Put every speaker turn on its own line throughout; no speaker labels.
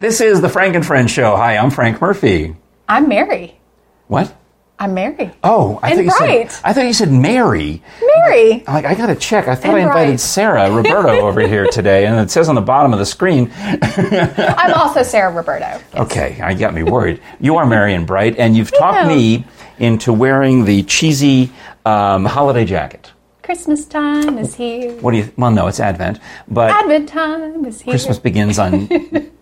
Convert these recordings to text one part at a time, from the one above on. This is the Frank and Friends show. Hi, I'm Frank Murphy.
I'm Mary.
What?
I'm Mary.
Oh, I
And
thought you
bright.
said I thought you said Mary.
Mary.
Like I got to check. I thought
And
I invited
bright.
Sarah Roberto over here today, and it says on the bottom of the screen.
I'm also Sarah Roberto.
Okay, I got me worried. You are Mary and Bright, and you've talked
know.
me into wearing the cheesy um, holiday jacket.
Christmas time is here.
What do you? Well, no, it's Advent, but
Advent time is here.
Christmas begins on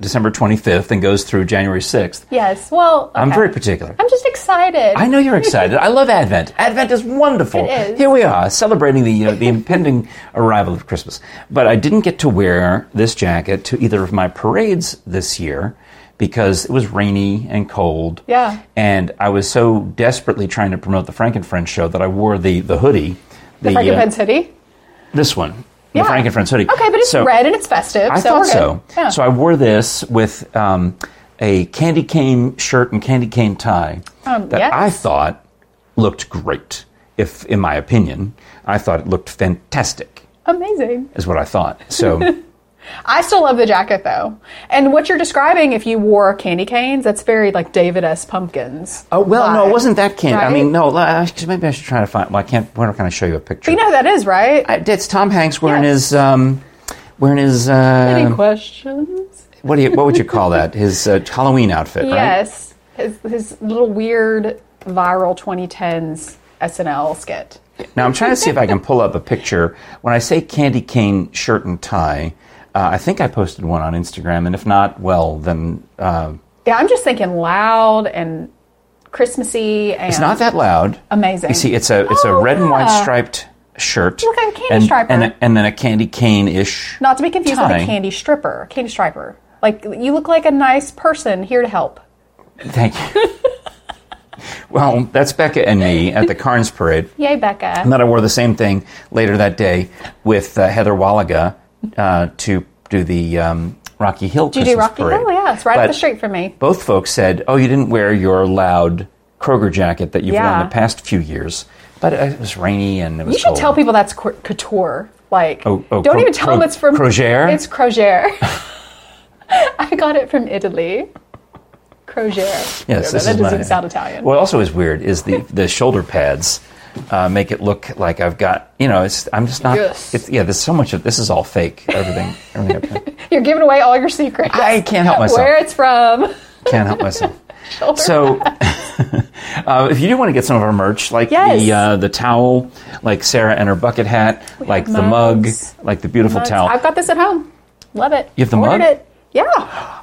December 25th and goes through January 6th.
Yes. Well,
I'm
okay.
very particular.
I'm just excited.
I know you're excited. I love Advent. Advent is wonderful.
It is.
Here we are celebrating the you know, the impending arrival of Christmas. But I didn't get to wear this jacket to either of my parades this year because it was rainy and cold.
Yeah.
And I was so desperately trying to promote the Frank and Friends show that I wore the the hoodie, the,
Frank and
uh,
Friends hoodie.
this one,
Yeah.
the Frank and Friends hoodie.
Okay, but it's
So-
red and it's festive.
I
so
thought
we're good.
so.
Yeah.
So I wore this with um, a candy cane shirt and candy cane tie
Um,
that
yes.
I thought looked great. If, in my opinion, I thought it looked fantastic,
Amazing.
is what I thought. So
I still love the jacket though. And what you're describing, if you wore candy canes, that's very like David S. Pumpkins.
Oh well, no,
vibe,
it wasn't that candy. I
right?
mean, no, li- actually, maybe I should try to find. Well, I can't. Where can I show you a picture?
You know who that is, right?
I- it's Tom Hanks wearing
Yes.
his um, wearing his
Any
uh,
questions?
what do you what would you call that? His uh, Halloween outfit, right?
Yes. His, his little weird viral 2010s SNL skit.
Now I'm trying to see if I can pull up a picture. When I say candy cane shirt and tie, uh, I think I posted one on Instagram, and if not, well then uh,
Yeah, I'm just thinking loud and Christmassy and
it's not that loud.
Oh. amazing.
You see, it's a it's a
Oh,
red and white
yeah.
striped shirt.
Look, I'm a candy
and,
striper.
and, a- and then a candy cane ish.
not to be confused with
tie.
a candy stripper, candy striper. Like you look like a nice person here to help.
Thank you. well, that's Becca and me at the Carnes Parade.
Yay, Becca.
And then I wore the same thing later that day with uh, Heather Wallaga uh, to do the um, Rocky Hill
you
Christmas
do Rocky
Parade.
Hill, yeah, it's right up
But
the street from me.
Both folks said, "Oh, you didn't wear your loud Kroger jacket that you've
Yeah.
worn the past few years." But uh, it was rainy and it was
You should
cold.
tell people that's cou- couture. Like,
Oh, oh,
don't
cro-
even tell them
cro-
it's from
crozier?
It's crozier. I got it from Italy. Crozier.
Yes,
that
this is
doesn't
my-
sound Italian.
What also is weird is the the shoulder pads uh, make it look like I've got you know it's I'm just not
Yes.
it's, yeah there's so much of this is all fake everything everything I've done.
You're giving away all your secrets.
I can't help myself.
Where it's from.
can't help myself. So, uh, if you do want to get some of our merch, like
Yes.
the uh, the towel, like Sarah and her bucket hat, like
have
the mug,
mugs.
like the beautiful
Mugs.
towel.
I've got this at home. Love it.
You have the
Ordered
mug?
It. Yeah.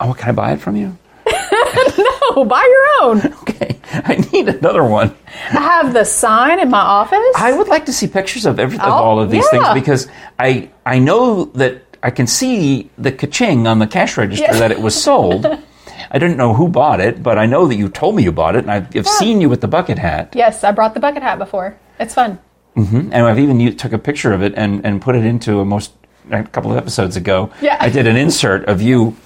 oh, can I buy it from you?
Oh, buy your own.
Okay, I need another one.
I have the sign in my office.
I would like to see pictures of every, of
Oh,
all of these things
yeah.
because I I know that I can see the ka-ching on the cash register
Yeah.
that it was sold. I didn't know who bought it, but I know that you told me you bought it, and I've I've seen you with the bucket hat,
yes, I brought the bucket hat before. It's fun.
and I've even you took a picture of it and, and put it into a most a couple of episodes ago.
Yeah.
I did an insert of you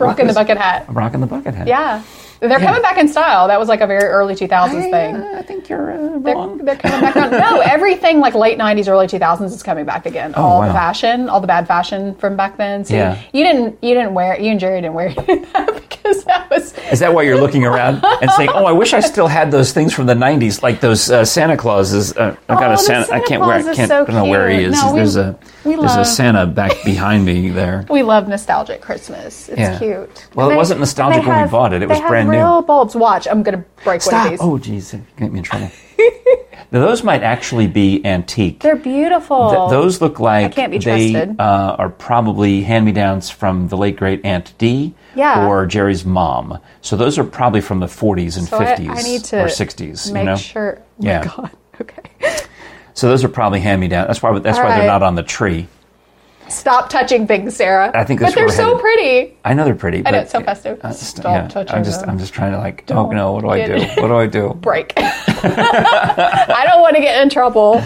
Rocking the bucket hat.
rocking the bucket hat.
Yeah. They're coming back in style. That was like a very early 2000s
I,
thing.
uh, I think you're uh,
They're,
wrong.
they're coming back on. No, everything like late 90s, early 2000s is coming back again. all
Oh, wow.
the fashion, all the bad fashion from back then. So
Yeah.
you didn't you didn't wear you and Jerry didn't wear any of that because that was
Is that why you're looking around and saying, "Oh, I wish I still had those things from the '90s, like those uh, Santa Clauses"? Uh, I got
Oh,
a
the
Santa. I
Santa
can't wear. I
Claus is
can't. I
so
don't know where he
cute.
is.
No, we-
there's a
we
there's a
love-
Santa back behind me there.
we love nostalgic Christmas. It's
Yeah.
cute.
Well, it
And
wasn't nostalgic
and they
when we bought it. It
they
was
have
brand new.
real bulbs. Watch, I'm gonna break one of
Stop!
these.
Oh, jeez, you get me in trouble. now, those might actually be antique.
They're beautiful.
Th- those look like
can't be
they
trusted.
uh, are probably hand-me-downs from the late great Aunt Dee
Yeah.
or Jerry's mom. So those are probably from the 40s and
So I-
50s
I need to
or 60s.
Make
you know?
sure. Oh
Yeah.
My God. Okay.
So those are probably hand-me-down. That's why. That's
All
why they're
right.
not on the tree.
Stop touching things, Sarah.
I think
But
that's
they're
where we're
so
headed.
pretty.
I know they're pretty.
I know,
but-
it's so festive.
I just-
Stop touching
I'm just,
them.
I'm just trying to like. Oh no! What do I
get
do?
it.
What do I do?
Break. I don't want to get in trouble.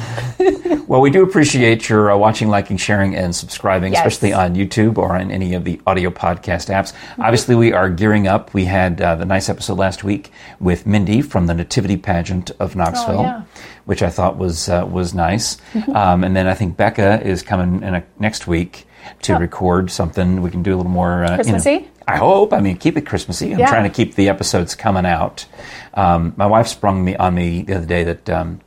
Well, we do appreciate your uh, watching, liking, sharing, and subscribing,
Yes.
especially on YouTube or on any of the audio podcast apps.
Mm-hmm.
Obviously, we are gearing up. We had uh, the nice episode last week with Mindy from the Nativity Pageant of Knoxville,
Oh, yeah. Mm-hmm.
which I thought was uh, was nice. um, and then I think Becca is coming in a, next week to record something. We can do a little more uh, You know,
Oh. Christmassy?
I hope. I mean, keep it Christmassy. I'm
Yeah.
trying to keep the episodes coming out. Um, my wife sprung me on me the other day that um,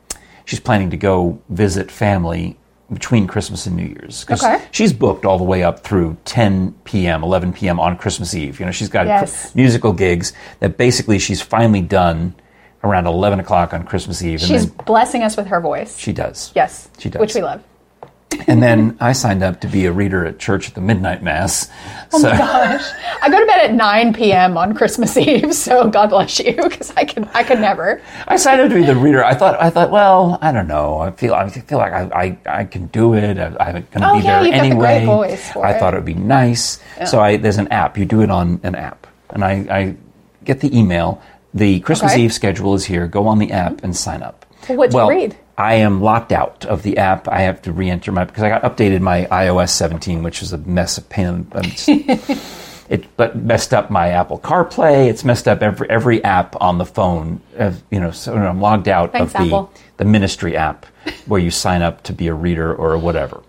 she's planning to go visit family between Christmas and New Year's 'Cause
Okay.
she's booked all the way up through 10 p.m., 11 p.m. on Christmas Eve. You know, she's got
Yes.
cr- musical gigs that basically she's finally done around 11 o'clock on Christmas Eve, and
She's
then
blessing us with her voice.
she does.
yes.
she does.
Which we love.
And then I signed up to be a reader at church at the midnight mass.
Oh
so
I go to bed at 9 p.m. on Christmas Eve, so God bless you, because I can I could never.
I signed up to be the reader. I thought, I thought, well, I don't know. I feel, I feel like I, I, I can do it. I, I'm going to
Oh,
be
yeah,
there
you've got the
anyway.
great voice for
I
it.
thought it would be nice. So I, there's an app. You do it on an app, and I, I get the email. The Christmas
Okay.
Eve schedule is here. Go on the app and sign up.
Well, what'd you
well,
read?
I am locked out of the app. I have to re-enter my because I got updated my iOS 17, which is a mess of pain. I'm just- it but messed up my Apple CarPlay. It's messed up every every app on the phone. Uh, you know, so I'm logged out of
Thanks,
the
Apple.
the ministry app where you sign up to be a reader or whatever.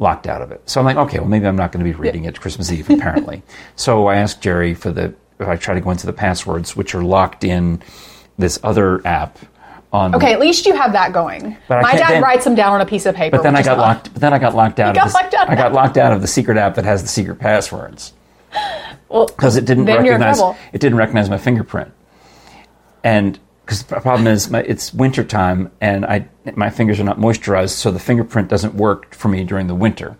Locked out of it. So I'm like, okay, well maybe I'm not going to be reading it Christmas Eve apparently. so I asked Jerry for the. I try to go into the passwords which are locked in this other app on
Okay, at least you have that going.
But I
My
can't-
dad
then-
writes them down on a piece of paper.
But then
which
I
is
got
not-
locked. But then I got locked out.
got
of this,
locked out of
I got
that.
locked out of the secret app that has the secret passwords
Well,
because it didn't
Then you're in
recognize
trouble.
it didn't recognize my fingerprint. And because the problem is my, it's wintertime and I my fingers are not moisturized, so the fingerprint doesn't work for me during the winter.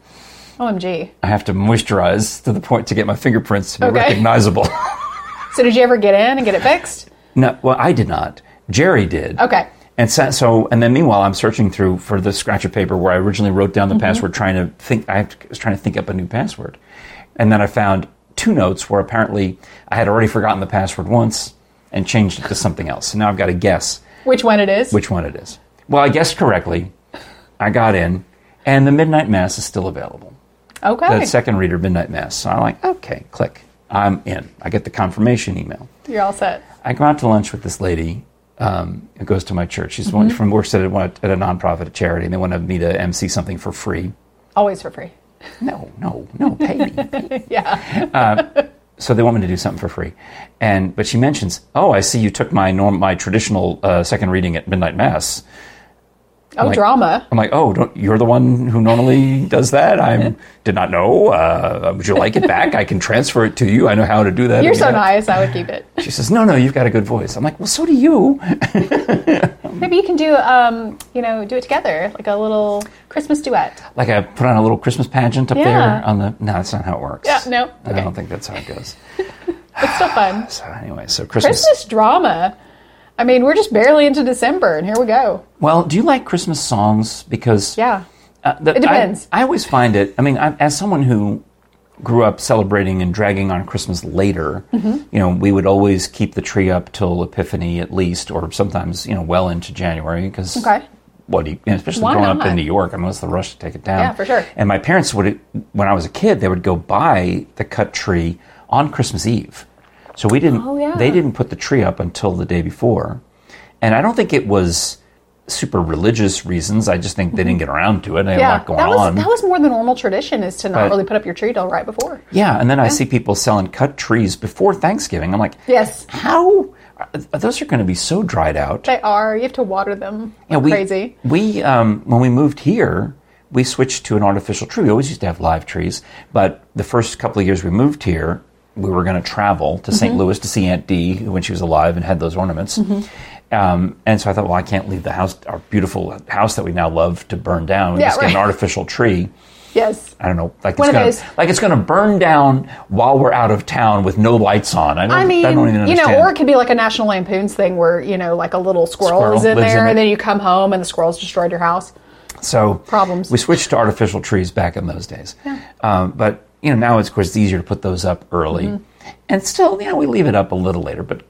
OMG.
I have to moisturize to the point to get my fingerprints to be
Okay.
recognizable.
So did you ever get in and get it fixed?
no, well, I did not. Jerry did.
Okay.
And so, so, and then meanwhile, I'm searching through for the scratch of paper where I originally wrote down the password, trying to think. I was trying to think up a new password, and then I found two notes where apparently I had already forgotten the password once and changed it to something else. So now I've got to guess
Which one it is?
which one it is. Well, I guessed correctly. I got in, and the midnight mass is still available.
okay.
The second reader midnight mass. So I'm like, okay, click. I'm in. I get the confirmation email.
You're all set.
I go out to lunch with this lady um, who goes to my church. She's
Mm-hmm.
one from works at a, one- at a nonprofit, a charity, and they wanted me to MC something for free.
Always for free.
No, no, no, pay me. Uh,
Yeah.
so they want me to do something for free, and but she mentions, oh, I see you took my norm, my traditional uh, second reading at midnight mass.
Oh,
like-
drama.
I'm like, oh, don't, you're the one who normally does that. I did not know. Uh, would you like it back? I can transfer it to you. I know how to do that.
You're so
Yeah.
nice. I would keep it.
She says, no, no, you've got a good voice. I'm like, well, so do you.
Maybe you can do, um, you know, do it together, like a little Christmas duet.
like I put on a little Christmas pageant up
Yeah.
there on the. No, that's not how it works.
Yeah, no,
I
okay.
don't think that's how it goes.
It's still fun.
So anyway, so Christmas.
Christmas drama. I mean, we're just barely into December, and here we go.
Well, do you like Christmas songs? Because
Yeah.
uh, the,
It depends.
I, I always find it. I mean, I, as someone who grew up celebrating and dragging on Christmas later,
Mm-hmm.
you know, we would always keep the tree up till Epiphany at least, or sometimes you know, well into January because.
Okay.
What do you, and especially
Why
growing up
not?
in New York, I mean, what's the rush to take it down?
Yeah, for sure.
And my parents would, when I was a kid, they would go buy the cut tree on Christmas Eve. So we didn't.
Oh, yeah.
They didn't put the tree up until the day before, and I don't think it was super religious reasons. I just think they didn't get around to it. They had a lot going
Mm-hmm. that was
on.
that was more the normal tradition is to not
But-
really put up your tree till right before.
yeah, and then I see people selling cut trees before Thanksgiving. I'm like,
Yes.
how? Those are going to be so dried out.
They are. You have to water them.
Yeah, we,
Crazy.
We um, when we moved here, we switched to an artificial tree. We always used to have live trees, but the first couple of years we moved here, we were going to travel to
Mm-hmm.
St. Louis to see Aunt Dee who- when she was alive and had those ornaments.
Mm-hmm.
Um, and so I thought, well, I can't leave the house, our beautiful house that we now love, to burn down. We
Yeah,
just get an
right.
artificial tree.
Yes.
I don't know, like it's
One of
gonna,
those-
like it's going to burn down while we're out of town with no lights on. I, don't,
I mean,
I don't even
you
understand.
know, or it could be like a National Lampoon's thing where you know, like a little squirrel,
Squirrel
is in
lives in
there,
it.
and then you come home and the squirrel's destroyed your house.
So
Problems.
We switched to artificial trees back in those days, um, but you know now it's of course it's easier to put those up early, and still you know we leave it up a little later. But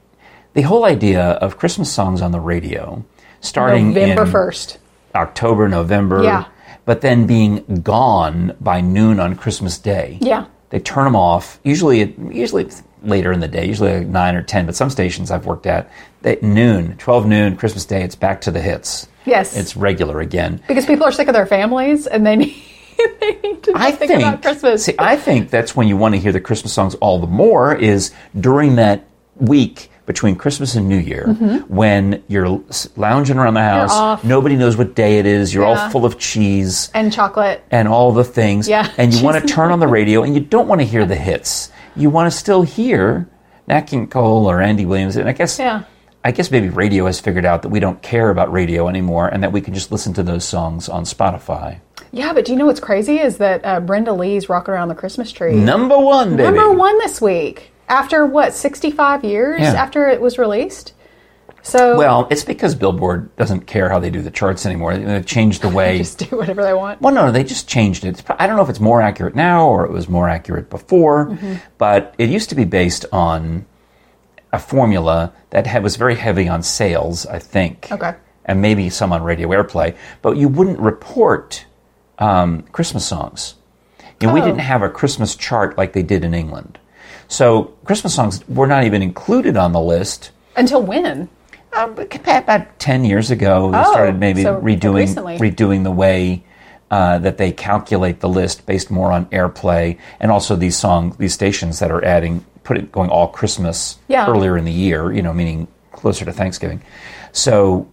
the whole idea of Christmas songs on the radio starting
November
in-
first.
October, November,
Yeah.
but then being gone by noon on Christmas Day.
Yeah.
They turn them off. Usually, it, usually it's later in the day, usually like nine or ten. But some stations I've worked at at noon, twelve noon, Christmas Day, it's back to the hits.
Yes.
it's regular again.
Because people are sick of their families and they need, they need to
I
think, think about Christmas.
See, I think that's when you want to hear the Christmas songs all the more is during that week between Christmas and New Year when you're s- lounging around the house,
Mm-hmm. off.
nobody knows what day it is, you're all
Yeah.
full of cheese
and chocolate.
and all the things,
Yeah,
and you
cheese
want to
and
turn on the radio and you don't want to hear the hits. You want to still hear Nat King Cole or Andy Williams, and I guess
Yeah.
I guess maybe radio has figured out that we don't care about radio anymore and that we can just listen to those songs on Spotify.
Yeah, but do you know what's crazy is that uh, Brenda Lee's rocking around the Christmas tree.
Number one, baby.
Number one this week after what, 65 years
Yeah.
after it was released? So
Well, it's because Billboard doesn't care how they do the charts anymore. They've changed the way.
just do whatever they want.
well, no, they just changed it. It's pro- I don't know if it's more accurate now or it was more accurate before,
Mm-hmm.
but it used to be based on a formula that had, was very heavy on sales, I think.
Okay.
And maybe some on radio airplay, but you wouldn't report um, Christmas songs. And we
Oh.
didn't have a Christmas chart like they did in England. So Christmas songs were not even included on the list.
Until when?
Um, but compa- about ten years ago, they
Oh,
started maybe
so
redoing
recently.
redoing the way uh, that they calculate the list based more on airplay and also these song these stations that are adding putting going all Christmas
Yeah.
earlier in the year, you know, meaning closer to Thanksgiving. So,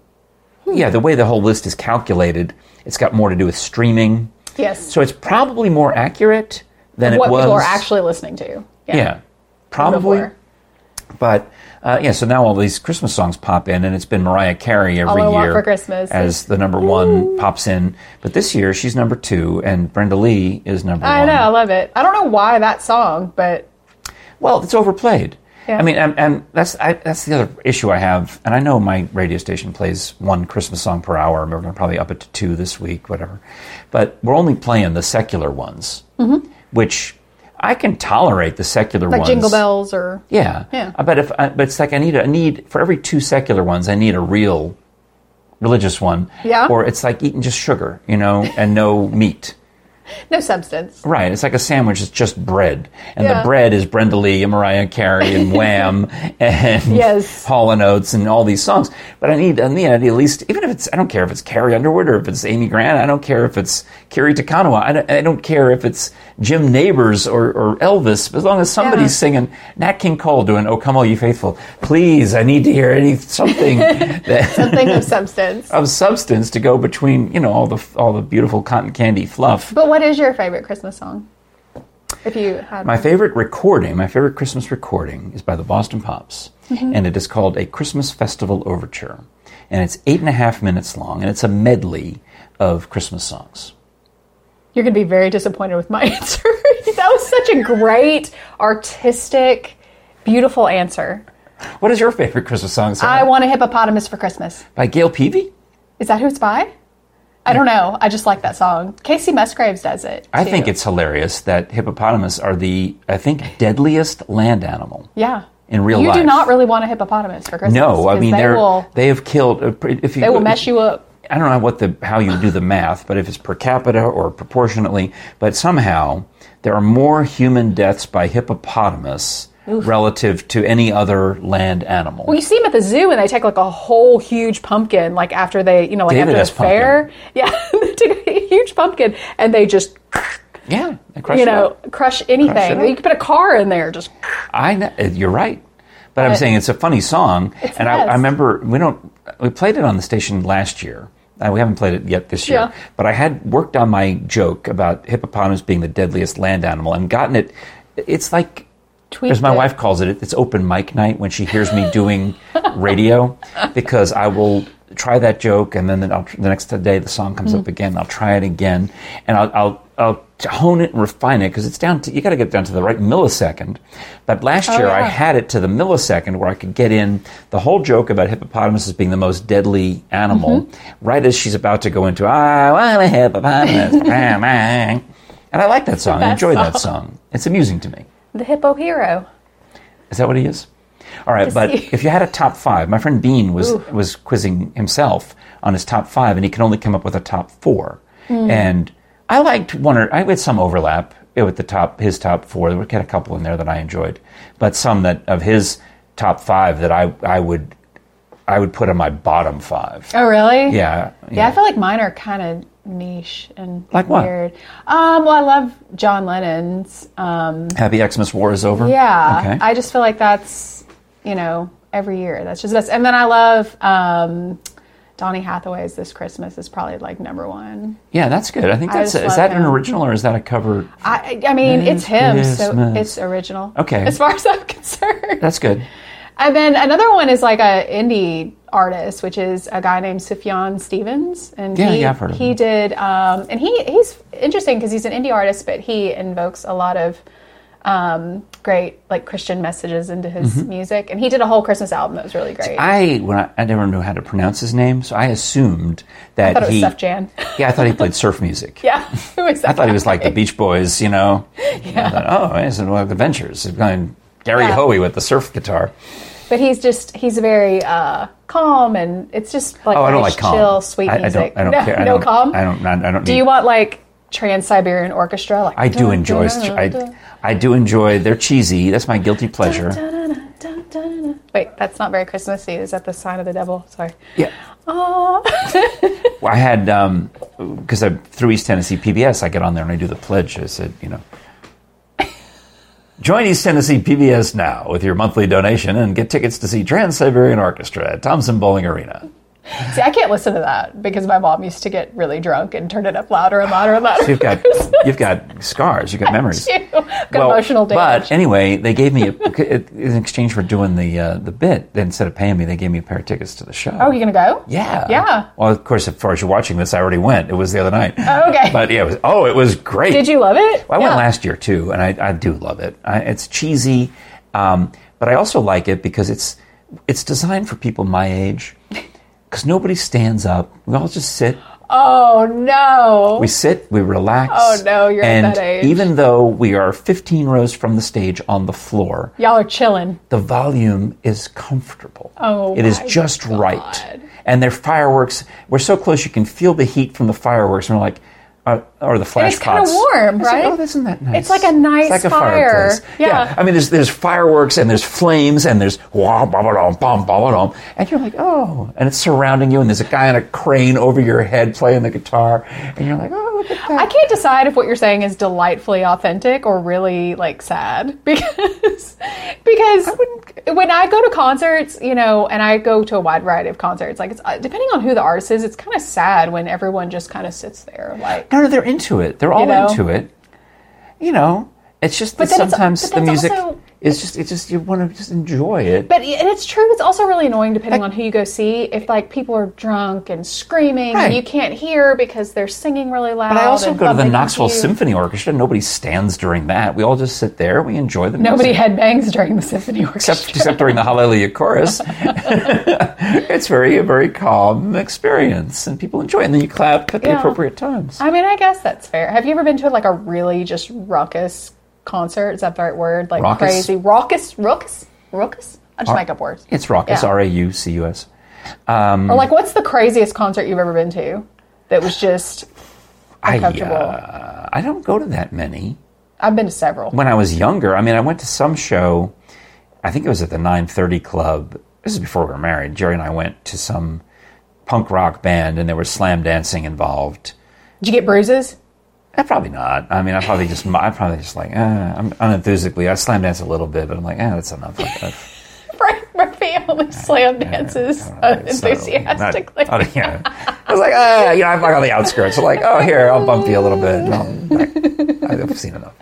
yeah, the way the whole list is calculated, it's got more to do with streaming.
Yes.
So it's probably more accurate than
what
it was.
people are actually listening to.
yeah, probably.
Before.
But uh, yeah, so now all these Christmas songs pop in, and it's been Mariah Carey every
I Want
year
for Christmas
as the number one pops in. But this year she's number two, and Brenda Lee is number
I
one.
know, I love it. I don't know why that song, but
Well, it's overplayed.
Yeah.
I mean, and, and that's I, that's the other issue I have. And I know my radio station plays one Christmas song per hour, and we're going to probably up it to two this week, whatever. But we're only playing the secular ones, which I can tolerate the secular
Mm-hmm. like
ones.
Jingle Bells or
Yeah.
Yeah.
Uh, But if I, but it's like I need a I need for every two secular ones, I need a real religious one.
Yeah.
Or it's like eating just sugar, you know, and no meat.
no substance.
Right. It's like a sandwich. It's just bread, and
Yeah.
the bread is Brenda Lee and Mariah Carey and Wham and
Yes.
Hall and Oates and all these songs. But I need I need I need at least even if it's I don't care if it's Carrie Underwood or if it's Amy Grant. I don't care if it's Carrie Takanawa. I don't, I don't care if it's Jim Neighbors or, or Elvis. As long as somebody's
Yeah.
singing Nat King Cole doing "O Come All You Faithful," please, I need to hear any something that,
Something of substance.
of substance to go between you know all the all the beautiful cotton candy fluff.
But what is your favorite Christmas song? If you had
My favorite recording, my favorite Christmas recording, is by the Boston Pops,
Mm-hmm.
and it is called A Christmas Festival Overture. And it's eight and a half minutes long, and it's a medley of Christmas songs.
You're going to be very disappointed with my answer. that was such a great, artistic, beautiful answer.
What is your favorite Christmas song?
I
Sarah?
want a hippopotamus for Christmas.
by Gail Peavy?
Is that who it's by? I don't know. I just like that song. Casey Musgraves does it.
I
too.
think it's hilarious that hippopotamus are the, I think, deadliest land animal.
yeah.
in real
you
life.
do not really want a hippopotamus for Christmas.
No, I
'cause
mean
they
they're
will
they have killed. a pre- If you,
they will mess you up.
I don't know what the how you do the math, but if it's per capita or proportionately, but somehow there are more human deaths by hippopotamus relative to any other land animal.
Well, you see them at the zoo, and they take like a whole huge pumpkin, like after they, you know, like
David
after
has
the fair. Yeah, they take a huge pumpkin, and they just,
yeah, they crush
you
it
know,
up.
crush
Crush it
anything.
up.
you could put a car in there, just.
I know, you're right, but, I'm
But-
saying it's a funny song, and I,
nice.
I remember we don't we played it on the station last year. Uh, we haven't played it yet this year,
Yeah.
but I had worked on my joke about hippopotamus being the deadliest land animal and gotten it. It's like
tweaked
As my
it.
wife calls it, it's open mic night when she hears me doing radio because I will try that joke and then I'll, the next day the song comes
Mm-hmm.
up again. I'll try it again and I'll, I'll, I'll hone it and refine it because it's down to, you got to get down to the right millisecond. But last year I
Oh, yeah.
had it to the millisecond where I could get in the whole joke about hippopotamus as being the most deadly animal
Mm-hmm.
right as she's about to go into, I want a hippopotamus. and I like that song. I
best
enjoy that song. It's amusing to me.
The hippo hero.
Is that what he is? All right, but
see.
if you had a top five, my friend Bean was
Ooh.
was quizzing himself on his top five, and he could only come up with a top four.
Hmm.
And I liked one or I had some overlap with the top his top four. There were kind of a couple in there that I enjoyed, but some that of his top five that I I would I would put on my bottom five.
Oh, really?
Yeah,
Yeah, I feel like mine are kind of niche and
Like what?
weird. Um, well, I love John Lennon's. Um,
Happy Xmas War is over.
yeah,
Okay.
I just feel like that's you know every year. That's just that's. And then I love um, Donny Hathaway's "This Christmas" is probably like number one.
yeah, that's good. I think
I
that's
just
is
love
that an
him.
original or is that a cover?
I I mean it's
This
him, so
Christmas.
it's original.
Okay.
as far as I'm concerned.
That's good.
And then another one is like a indie artist, which is a guy named Sufjan Stevens, and
Yeah,
he,
yeah, I've heard of
he
him.
did, um, and he he's interesting because he's an indie artist, but he invokes a lot of um, great like Christian messages into his music, and he did a whole Christmas album that was really great.
Mm-hmm. I when I, I never knew how to pronounce his name, so I assumed that
I thought it was
he.
Sufjan. Jan.
Yeah, I thought he played surf music.
yeah, who is that?
I thought he was like the Beach Boys, you know. Yeah. I thought, oh, it's one of the Ventures. It's going Gary
Yeah.
Hoey with the surf guitar.
But he's just he's very uh, calm, and it's just like
Oh, I don't
nice,
like calm.
chill, sweet
I, I
music.
don't. I don't
no,
care. I
no
don't,
calm.
I don't. I don't.
Do you want like Trans Siberian Orchestra? Like
I do enjoy. I, I do enjoy. They're cheesy. That's my guilty pleasure.
Wait, that's not very Christmassy. Is that the sign of the devil? Sorry.
Yeah.
Aw.
Well, I had because I through East Tennessee PBS, I get on there and I do the pledge. I said, you know, join East Tennessee PBS now with your monthly donation and get tickets to see Trans Siberian Orchestra at Thompson Bowling Arena.
See, I can't listen to that because my mom used to get really drunk and turn it up louder and louder and louder.
You've got you've got scars. You've got memories.
I've got emotional damage.
But anyway, they gave me a, in exchange for doing the uh, the bit. They, instead of paying me, they gave me a pair of tickets to the show.
oh, you gonna go?
Yeah.
Yeah.
Well, of course, as far as you're watching this, I already went. It was the other night.
Oh, okay.
But yeah, it was. Oh, it was great.
Did you love it?
Well, I went
Yeah.
last year too, and I, I do love it. I, it's cheesy, um, but I also like it because it's it's designed for people my age. Because nobody stands up. We all just sit.
Oh no.
We sit. We relax.
Oh, no, you're at
and
that age.
Even though we are 15 rows from the stage on the floor,
Y'all are chilling.
the volume is comfortable.
Oh,
it is
my
just
God.
right. And their fireworks, we're so close you can feel the heat from the fireworks, and we're like, uh, or the flash
it's kinda
pots.
warm,
I said,
right?
oh, isn't that nice?
It's like a nice
It's like a
fire.
fireplace.
Yeah.
I mean, there's there's fireworks and there's flames and there's wah ba ba dum bum ba ba dum, and you're like, oh, and it's surrounding you, and there's a guy on a crane over your head playing the guitar, and you're like, oh, look at that.
I can't decide if what you're saying is delightfully authentic or really like sad because because when I go to concerts, you know, and I go to a wide variety of concerts, like it's uh, depending on who the artist is, it's kind of sad when everyone just kind of sits there like
no, no, they're into it. They're all
know?
into it. You know, it's just that
then it's-
sometimes
but
the
that's
music
also-
is just it's just you want to just enjoy it.
but and it's true. It's also really annoying depending on who you go see. If like people are drunk and screaming,
Right.
and you can't hear because they're singing really loud.
But I also
and
go to the
bumping into
Knoxville
you.
Symphony Orchestra. Nobody stands during that. We all just sit there. We enjoy the
Nobody
music.
headbangs during the symphony orchestra.
except, except during the Hallelujah chorus. it's very a very calm experience, and people enjoy it. And then you clap at the
Yeah.
appropriate times.
I mean, I guess that's fair. Have you ever been to like a really just raucous concert? Is that the right word? Like
Raucous?
crazy, raucous, raucous, raucous. I just make up words.
It's raucous.
Yeah.
R a u c u s. Mm.
Or like, what's the craziest concert you've ever been to? That was just.
I
Uncomfortable.
uh, I don't go to that many.
I've been to several.
when I was younger, I mean, I went to some show. I think it was at the 930 Club. This is before we were married. Jerry and I went to some punk rock band, and there was slam dancing involved.
Did you get bruises?
Eh, probably not. I mean, I probably just, I probably just like, eh, I'm unenthusiastically. I slam dance a little bit, but I'm like, eh, that's enough. Like, uh,
Frank Murphy only slam dances uh,
it's not really- not-
enthusiastically.
not- yeah. I was like, ah, you know, I'm like on the outskirts. I'm like, oh, here, I'll bump you a little bit. And I'll, I've seen enough.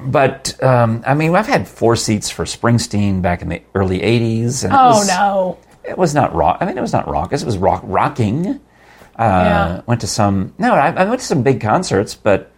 But um, I mean, I've had four seats for Springsteen back in the early '80s, and it
Oh
was,
no!
it was not rock. I mean, it was not raucous. It was rock rocking. Uh,
yeah.
Went to some no, I, I went to some big concerts, but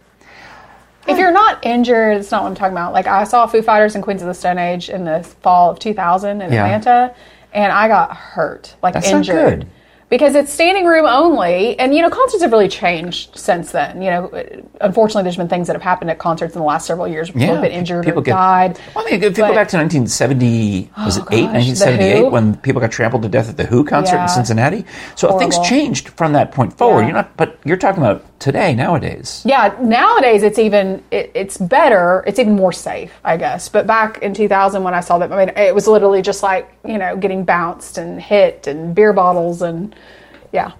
If you're not injured, it's not what I'm talking about. Like I saw Foo Fighters and Queens of the Stone Age in the fall of 2000 in
Yeah.
Atlanta, and I got hurt, like
That's not
injured.
good.
because it's standing room only. And, you know, concerts have really changed since then. You know, unfortunately, there's been things that have happened at concerts in the last several years. People have been injured
people
or
get-
died.
Well, I mean, if you go
But-
back to 1970, was it
Oh,
eight?
gosh,
1978,
The Who?
when people got trampled to death at the Who concert
Yeah.
in Cincinnati. So things
Horrible.
changed from that point forward.
Yeah.
You're not, but you're talking about today, nowadays.
Yeah, nowadays it's even it, it's better. It's even more safe, I guess. But back in 2000, when I saw that, I mean, it was literally just like you know getting bounced and hit and beer bottles and yeah,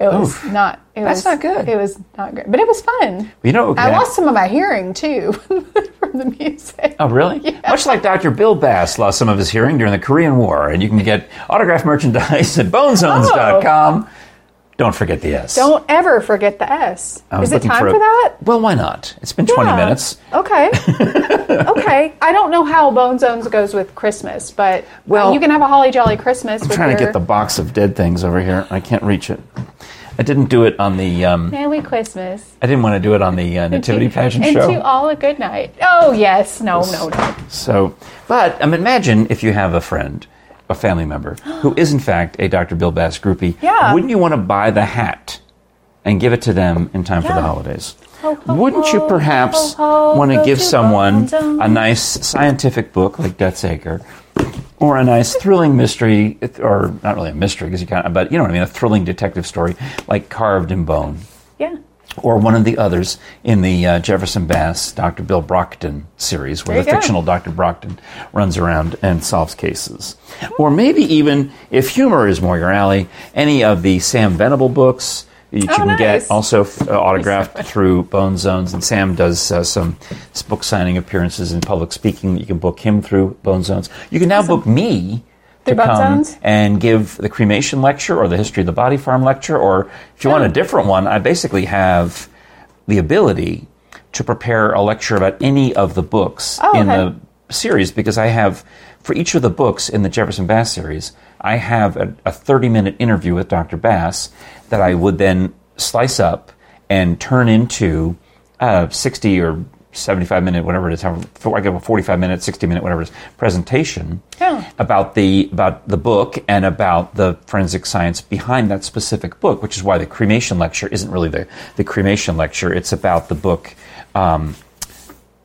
it was
Oof.
not. It
That's
was,
not good.
It was not good, but it was fun.
You know,
I
yeah.
lost some of my hearing too from the music.
Oh, really? Much like Dr. Bill Bass lost some of his hearing during the Korean War, and you can get autographed merchandise at bonezones.com. Don't forget the S.
Oh. Don't ever forget the S.
I was
Is it
looking
time
a-
for that?
Well, why not? It's been 20
Yeah.
minutes.
Okay. okay. I don't know how Bone Zones goes with Christmas, but
Well,
well, you can have a holly jolly Christmas. I'm with
trying to
your
get the box of dead things over here. I can't reach it. I didn't do it on the. Um,
Merry Christmas.
I didn't want to do it on the uh, nativity pageant
and
show.
to all a good night. Oh yes, no, no, no.
So, but um, imagine if you have a friend, a family member, who is in fact a Dr. Bill Bass groupie.
Yeah.
Wouldn't you want to buy the hat and give it to them in time for the
Yeah.
holidays?
Ho, ho,
Wouldn't you
ho,
perhaps
ho, ho,
want to
go
give
to
someone
Bones Zone.
a nice scientific book like Death's Acre? Or a nice thrilling mystery, or not really a mystery, because you kind of, but you know what I mean, a thrilling detective story like Carved in Bone
Yeah.
or one of the others in the uh, Jefferson Bass Dr. Bill Brockton series, where
There
the
you go.
fictional Dr. Brockton runs around and solves cases. Or maybe even, if humor is more your alley, any of the Sam Venable books that you
Oh,
can
nice.
get also f- uh, autographed through Bone Zones. And Sam does uh, some s- book signing appearances and public speaking that you can book him through Bone Zones. You can now book me. to
Through Bone
come
Zones?
and give the cremation lecture or the history of the body farm lecture, or if you want a different one, I basically have the ability to prepare a lecture about any of the books
Oh,
in
okay.
the series because I have, for each of the books in the Jefferson Bass series, I have a, a 30 minute interview with Dr. Bass that I would then slice up and turn into a 60 or 75 minute, whatever it is, however, I get a 45 minute, 60 minute, whatever it is, presentation
Yeah.
about the about the book and about the forensic science behind that specific book, which is why the cremation lecture isn't really the, the cremation lecture. It's about the book, um,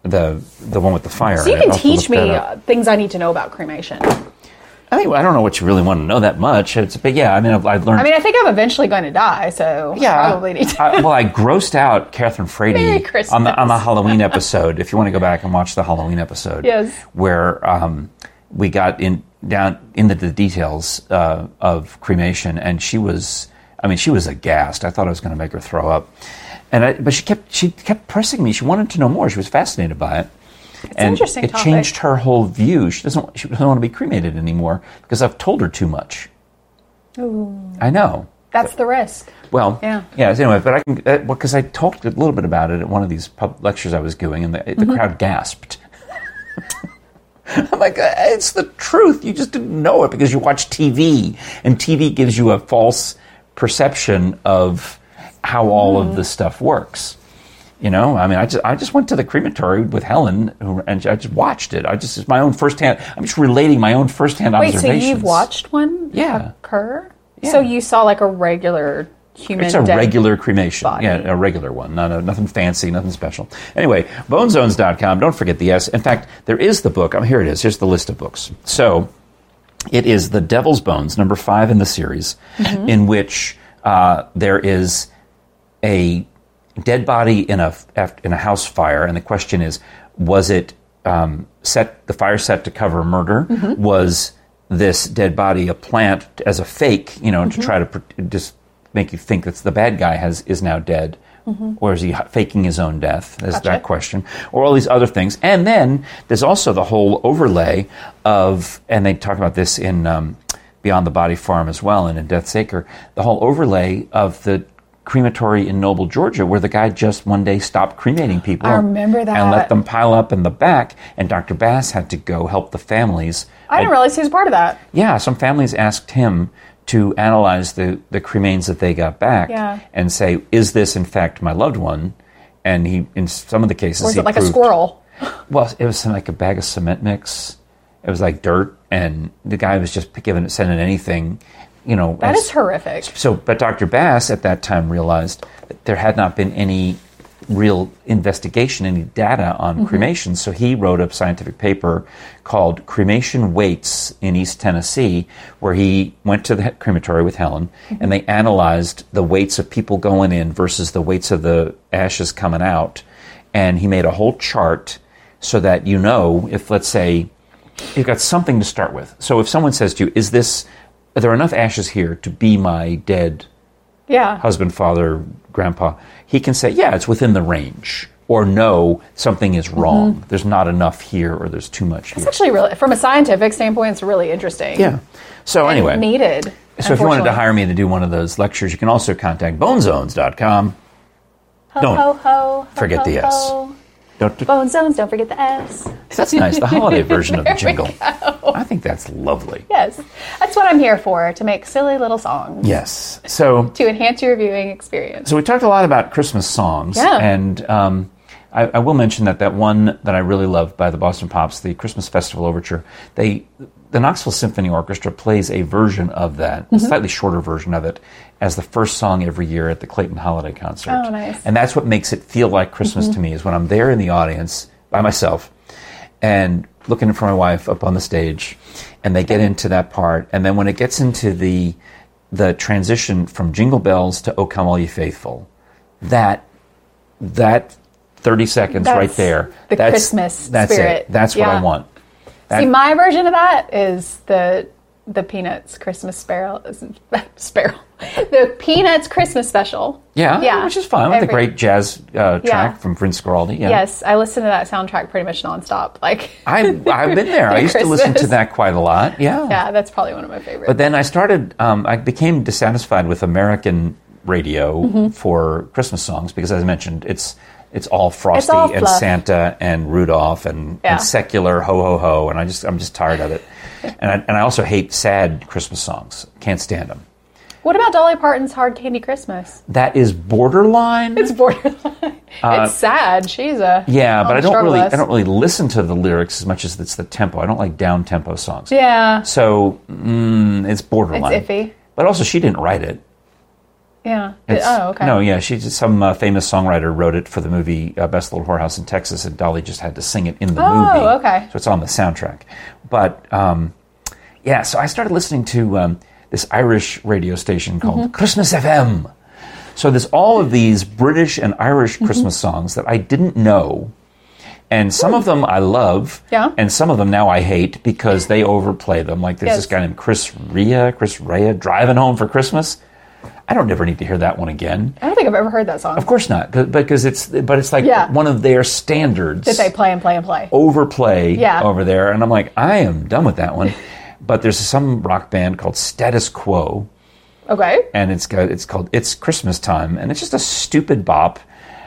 the the one with the fire.
So you
in it.
can
I'll have to
teach
look that
me
up.
uh, things I need to know about cremation.
I think I don't know what you really want to know that much. It's, but yeah, I mean, I've, I've learned.
I mean, I think I'm eventually going to die, so
yeah,
I probably need to.
I- well, I grossed out Catherine
Merry
Frady
Christmas.
on the on the Halloween episode. if you want to go back and watch the Halloween episode,
Yes.
where um, we got in down into the details uh, of cremation, and she was, I mean, she was aghast. I thought I was going to make her throw up, and I, but she kept she kept pressing me. She wanted to know more. She was fascinated by it. It's and
interesting
it
topic.
changed her whole view. She doesn't she doesn't want to be cremated anymore because I've told her too much. I know.
That's the risk.
Well,
Yeah.
so anyway, but I can because well 'cause I talked a little bit about it at one of these pub lectures I was doing, and the, the
Mm-hmm.
crowd gasped. I'm like, "Uh, it's the truth. You just didn't know it because you watch TV, and TV gives you a false perception of how all
Mm-hmm.
of this stuff works. You know, I mean, I just I just went to the crematory with Helen, who, and I just watched it. I just it's my own firsthand. I'm just relating my own firsthand
Wait, so
observations.
you've watched one
Yeah.
occur? So you saw like a regular human
It's a
dead-
regular cremation.
body.
Yeah, a regular one. Not a, nothing fancy, nothing special. Anyway, bonezones.com. Don't forget the S. In fact, there is the book. Oh, here it is. Here's the list of books. So it is The Devil's Bones, number five in the series,
Mm-hmm.
in which uh, there is a dead body in a af- in a house fire, and the question is, was it um, set the fire set to cover murder? Was this dead body a plant as a fake, you know, to try to pr- just make you think that the bad guy has is now dead, or is he h- faking his own death? There's that question, or all these other things, and then there's also the whole overlay of, and they talk about this in. Um, Beyond the Body Farm as well, and in Death's Acre, the whole overlay of the crematory in Noble, Georgia, where the guy just one day stopped cremating people.
I remember
And
that.
let them pile up in the back, and Dr. Bass had to go help the families.
I didn't realize he was part of that.
Yeah, some families asked him to analyze the, the cremains that they got back
Yeah.
and say, is this in fact my loved one? And he, in some of the cases,
Or is
he
it like a
proved-
squirrel?
well, it was some, like a bag of cement mix. It was like dirt, and the guy was just given sending anything. you know
That
as-
is horrific.
so, but Dr. Bass at that time realized that there had not been any real investigation, any data on cremation. So he wrote a scientific paper called Cremation Weights in East Tennessee, where he went to the crematory with Helen and they analyzed the weights of people going in versus the weights of the ashes coming out. And he made a whole chart so that you know if, let's say, you've got something to start with. So if someone says to you, "Is this? Are there enough ashes here to be my dead
Yeah.
husband, father, grandpa?" He can say, "Yeah, it's within the range," or "No, something is wrong.
Mm-hmm.
There's not enough here, or there's too much here."
It's actually really, from a scientific standpoint, it's really interesting.
Yeah. So anyway,
Needed.
so if you wanted to
unfortunately.
hire me to do one of those lectures, you can also contact bonezones.com.
Ho,
don't
ho, ho, ho,
forget
ho,
the S.
ho.
Don't-
Bone zones, don't forget the S.
That's nice. The holiday version of the
There we
jingle. I think that's lovely.
Yes. That's what I'm here for, to make silly little songs.
Yes. So
To enhance your viewing experience.
So we talked a lot about Christmas songs,
Yeah.
and um, I, I will mention that that one that I really loved by the Boston Pops, the Christmas Festival Overture. They, the Knoxville Symphony Orchestra plays a version of that, a slightly shorter version of it, as the first song every year at the Clayton Holiday Concert.
Oh, nice. Mm-hmm.
And that's what makes it feel like Christmas to me is when I'm there in the audience by myself and looking for my wife up on the stage and they get into that part and then when it gets into the the transition from jingle bells to oh come all ye faithful that that 30 seconds
That's
right there
the Christmas
that's
spirit.
it that's what i
Yeah.
want
See, my version of that is the the Peanuts Christmas Sparrow. Sparrow. The Peanuts Christmas special.
yeah,
Yeah.
which is fun with the
Every-
great jazz uh, track from Vince Guaraldi yeah. Ah.
Yes, I listen to that soundtrack pretty much nonstop. Like,
I, i've been there i used to listen to
Christmas.
that quite a lot
yeah, that's probably one of my favorites.
But then I started, um, I became dissatisfied with American radio
Mm-hmm.
for Christmas songs because, as I mentioned, it's it's all Frosty
all
and
fluff.
Santa and Rudolph and,
Yeah.
and secular ho ho ho, and I just I'm just tired of it. and I, and I also hate sad Christmas songs. Can't stand them.
what about Dolly Parton's Hard Candy Christmas?
That is borderline.
It's borderline. it's sad. She's a
Uh, yeah, but
on
I
the
don't
struggle
really
list.
I don't really listen to the lyrics as much as it's the tempo. I don't like down tempo songs.
Yeah,
So mm, it's borderline.
iffy.
But also, she didn't write it.
yeah.
It's-
oh, okay.
No, yeah, she just, some uh, famous songwriter wrote it for the movie uh, Best Little Whorehouse in Texas, and Dolly just had to sing it in the
Oh,
movie.
okay.
So it's on the soundtrack. But um, yeah, so I started listening to um, this Irish radio station called
Mm-hmm.
Christmas FM. So there's all of these British and Irish Christmas
Mm-hmm.
songs that I didn't know. And some of them I love,
Hmm. Yeah.
and some of them now I hate because they overplay them. Like there's this
Yes.
guy named Chris Rea, Chris Rea, driving home for Christmas. I don't ever need to hear that one again.
I don't think I've ever heard that song
Of course not, but- because it's but it's like
Yeah.
one of their standards
that they play and play and play.
overplay
Yeah.
over there, and I'm like, I am done with that one. but there's some rock band called Status Quo, Oh.
Okay.
and it's got, it's called It's Christmas Time, and it's just a stupid bop,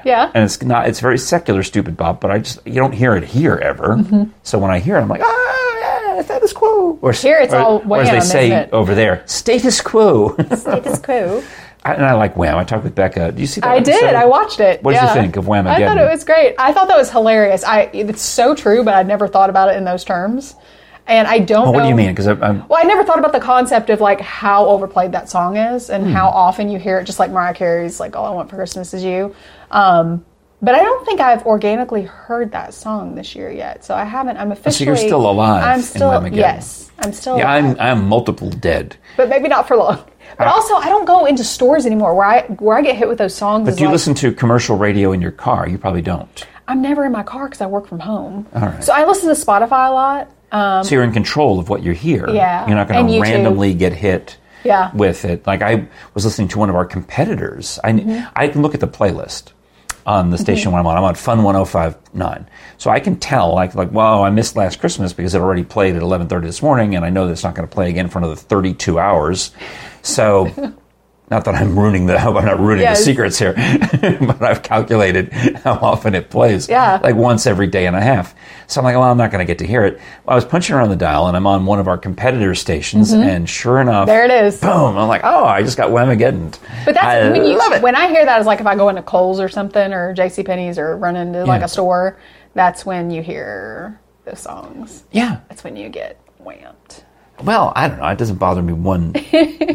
Yeah.
and it's not it's very secular stupid bop, but I just you don't hear it here ever.
Mm-hmm.
So when I hear it, I'm like, ah, yeah, Status Quo. Or
Here it's
or,
all
or as
wham,
they
isn't
say
it?
over there, Status Quo.
it is cool.
I- and I like Wham. I talked with Becca. Do you see that?
I did.
episode?
I watched it.
What did you
yeah.
think of Whamageddon?
I thought it was great. I thought that was hilarious. I it's so true, but I'd never thought about it in those terms. And I don't.
What
know,
do you mean? Because I'm
Well, I never thought about the concept of like how overplayed that song is and how
Hmm.
often you hear it. Just like Mariah Carey's "Like All I Want for Christmas Is You," um, but I don't think I've organically heard that song this year yet. So I haven't. I'm
Oh, so
officially.
you're still alive
I'm
in
still.
Whamageddon.
yes, I'm still.
yeah,
alive
I'm I'm multiple dead.
but maybe not for long. But also, I don't go into stores anymore where I where I get hit with those songs.
But do you listen to commercial radio in your car? You probably don't.
I'm never in my car because I work from home. So I listen to Spotify a lot. Um,
So you're in control of what you hear.
Yeah.
You're not going
And
to
YouTube.
randomly get hit.
Yeah.
With it, like I was listening to one of our competitors. I
Mm-hmm.
I can look at the playlist on the station when I'm on. I'm on Fun 105.9, so I can tell like like wow, I missed last Christmas because it already played at 11:30 this morning, and I know that it's not going to play again for another 32 hours. So. Not that I'm ruining the, I hope I'm not ruining the
Yes.
secrets here, but I've calculated how often it plays.
Yeah.
Like once every day and a half. So I'm like, well, I'm not going to get to hear it. Well, I was punching around the dial and I'm on one of our competitor stations, and sure enough,
Mm-hmm. There it is.
Boom! I'm like, oh, I just got Whamageddon.
But that's
I
when you
love it.
when I hear that is like if I go into Kohl's or something or J.C. Penney's or run into like
Yeah.
a store. That's when you hear those songs.
yeah.
That's when you get whamped.
Well, I don't know. It doesn't bother me one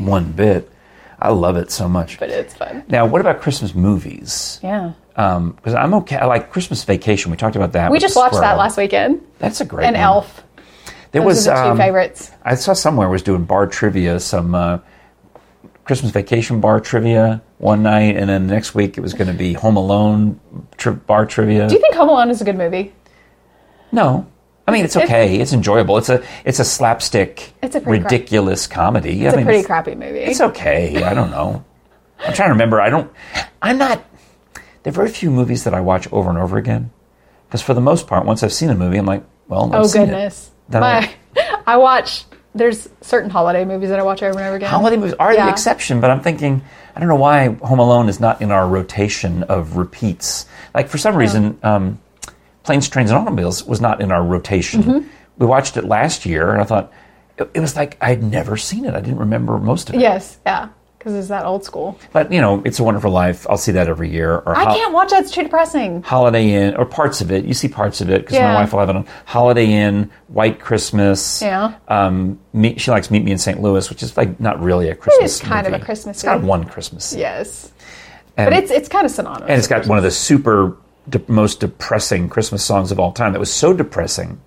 one bit. I love it so much.
but it's fun.
Now, what about Christmas movies?
Yeah.
Because I'm okay. I like Christmas Vacation. We talked about that.
We
with
just
the
watched that
squirrel.
last weekend.
That's a great.
And
one.
Elf.
There
Those
was
are the two
um,
favorites.
I saw somewhere was doing bar trivia, some uh, Christmas Vacation bar trivia one night, and then next week it was going to be Home Alone tri- bar trivia.
Do you think Home Alone is a good movie?
no, I mean it's okay. It's, enjoyable. It's a it's a slapstick,
It's a pretty crap-
ridiculous comedy.
It's a pretty crappy movie.
It's okay. I don't know. I'm trying to remember. I don't. I'm not. There are very few movies that I watch over and over again because for the most part, once I've seen a movie, I'm like, well, I've
oh
seen it.
goodness.
Then
My,
I-
I watch. There's certain holiday movies that I watch over and over again.
Holiday movies are the
Yeah.
exception, but I'm thinking I don't know why Home Alone is not in our rotation of repeats. Like for some reason, um, Planes, Trains, and Automobiles was not in our rotation.
Mm-hmm.
We watched it last year, and I thought it, it was like I'd never seen it. I didn't remember most of it.
Yes, yeah, because it's that old school.
But you know, It's a Wonderful Life. I'll see that every year. Or
I
Hol-
can't watch that; it's too depressing.
Holiday Inn, or parts of it. You see parts of it because
Yeah.
my wife will have it on. Holiday Inn, White Christmas.
Yeah.
Um, meet, she likes Meet Me in St. Louis, which is like not really a Christmas.
kind of
movie.
a Christmas
It's kind of
movie.
one Christmas.
Yes,
And,
but it's it's kind of synonymous.
and it's got one of the super de- most depressing Christmas songs of all time. That was so depressing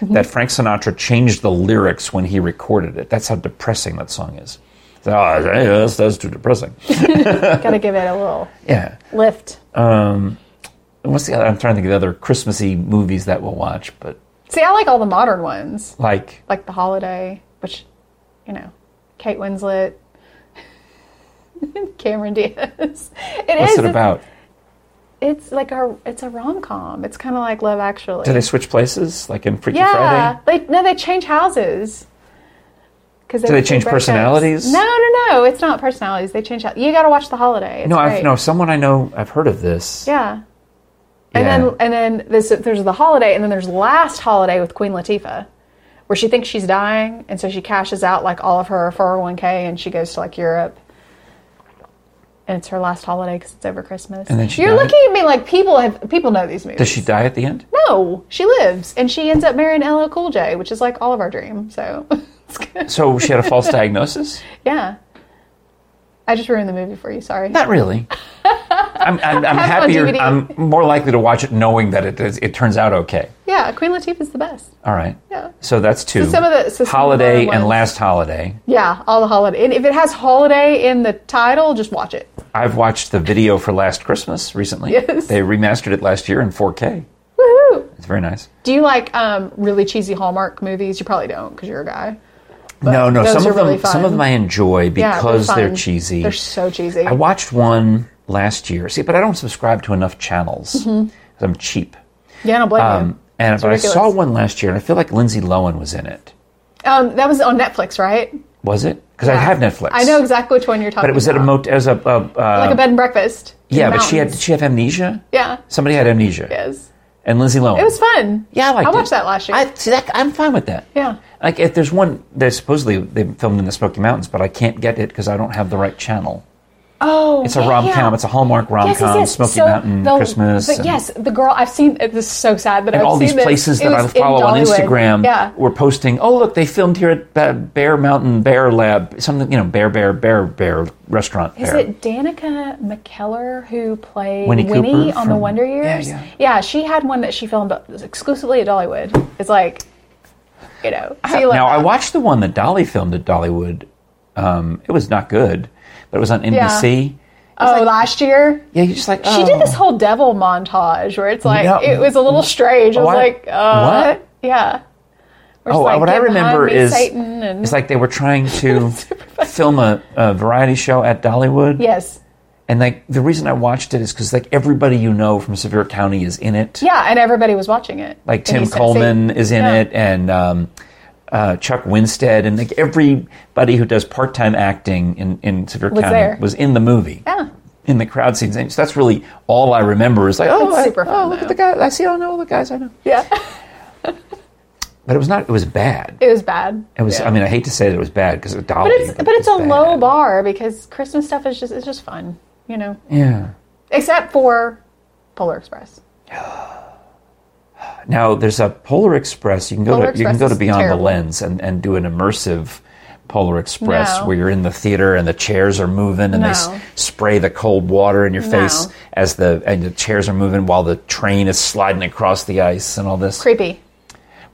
Mm-hmm.
that Frank Sinatra changed the lyrics when he recorded it. That's how depressing that song is. So, oh, that's, that's too depressing.
gotta give it a little
Yeah.
lift.
And what's the other? I'm trying to think of the other Christmassy movies that we'll watch, but
See, I like all the modern ones,
like.
like The Holiday, which, you know, Kate Winslet, Cameron Diaz. It is.
What's it about?
It's like a it's a rom com. It's kind of like Love Actually.
Do they switch places, like in Freaky
Yeah,
Friday?
they no, they change houses. Because
Do they change personalities?
No, no, no. It's not personalities. They change. hou- You got to watch the holiday. It's
No, I've,
great.
no. Someone I know, I've heard of this.
Yeah. And
Yeah.
then and then this, there's the holiday, and then there's last holiday with Queen Latifah, where she thinks she's dying, and so she cashes out like all of her 401k, and she goes to like Europe. And it's her last holiday because it's over Christmas.
And then she
You're
died?
looking at me like people have people know these movies.
Does she die at the end?
No, she lives, and she ends up marrying LL Cool J, which is like all of our dream. So, it's good.
So she had a false diagnosis?
yeah. I just ruined the movie for you. Sorry.
Not really. I'm, I'm, I'm
have it on
happier.
DVD.
I'm more likely to watch it knowing that it is, it turns out okay.
Yeah, Queen Latifah's the best.
All right.
Yeah.
So that's two.
some of the- so some of
holiday
the
and
ones-
last holiday.
Yeah, all the holiday. And if it has holiday in the title, just watch it.
I've watched the video for Last Christmas recently.
Yes.
They remastered it last year in 4K.
Woohoo!
It's very nice.
Do you like um, really cheesy Hallmark movies? You probably don't because you're a guy.
no, no.
those
Some
are
of them.
really
some
fun.
of them I enjoy
Yeah, they're
because they're,
fun.
cheesy.
They're so cheesy.
I watched one last year. See, but I don't subscribe to enough channels. 'cause I'm cheap.
Mm-hmm. yeah, I don't blame
Um, and but I
ridiculous.
saw one last year, and I feel like Lindsay Lohan was in it.
you. Um, that was on Netflix, right?
Was it? Because I have Netflix.
I know exactly which one you're talking about.
But it was at a motel. It was a, a uh,
like a bed and breakfast. in
yeah.
the
But she had did
mountains.
she have amnesia?
Yeah.
Somebody had amnesia.
Yes.
And Lindsay Lohan.
It was fun.
Yeah, I liked
I
it.
watched that last year.
I see that. I'm fine with that.
Yeah.
Like if there's one, they supposedly they filmed in the Smoky Mountains, but I can't get it because I don't have the right channel.
Oh,
It's a rom com. It's a Hallmark rom com. um, Smoky Mountain Christmas.
But
and-
yes, the girl I've seen. It was so sad that
and
I've
all
seen
these
this.
places
It
that I
was in
follow on
Dollywood.
Instagram
Yeah,
were posting, oh, look, they filmed here at Ba- Bear Mountain Bear Lab, something, you know, Bear, Bear, Bear, Bear restaurant.
is
there.
it Danica McKellar who played
Winnie
Winnie,
Cooper
on The
from-
Wonder
Yeah,
Years?
yeah.
she had one that she filmed exclusively at Dollywood. It's like, you know, so you like
Now, I
that.
watched the one that Dolly filmed at Dollywood. Um, it was not good, but it was on NBC.
oh last year.
Yeah, you just like,
She
oh.
did this whole devil montage where it's like
No.
it was a little strange. I was
What?
like, uh,
What?
Yeah. Where it's
Oh,
like,
what I
"Get behind
remember
me,
is
Satan and
it's like they were trying to film a, a variety show at Dollywood.
yes,
And like the reason I watched it is because like everybody you know from Sevier County is in it.
yeah, and everybody was watching it.
like
in
Tim
East
Coleman
Tennessee.
is in
Yeah.
it, and um, uh, Chuck Winstead, and like everybody who does part-time acting in in Sevier
Was
County
there.
was in the movie.
Yeah.
In the crowd scenes, And so that's really all I remember. Is like, oh,
That's
I-
super fun,
oh, look
though.
at the guy. I see, I know all the guys I know.
Yeah,
But it was not. It was bad.
it was bad.
It was.
Yeah.
I mean, I hate to say that it was bad because of Dolly.
but it's but
it
it's a
was bad.
low bar because Christmas stuff is just it's just fun, you know.
Yeah.
Except for Polar Express.
Now there's a Polar Express. You can go
Polar
to you can
Express
go to
is
Beyond
terrible.
the Lens and, and do an immersive Polar Express
No.
where you're in the theater and the chairs are moving and they s-
No.
spray the cold water in your face
No.
as the and the chairs are moving while the train is sliding across the ice and all this.
Creepy.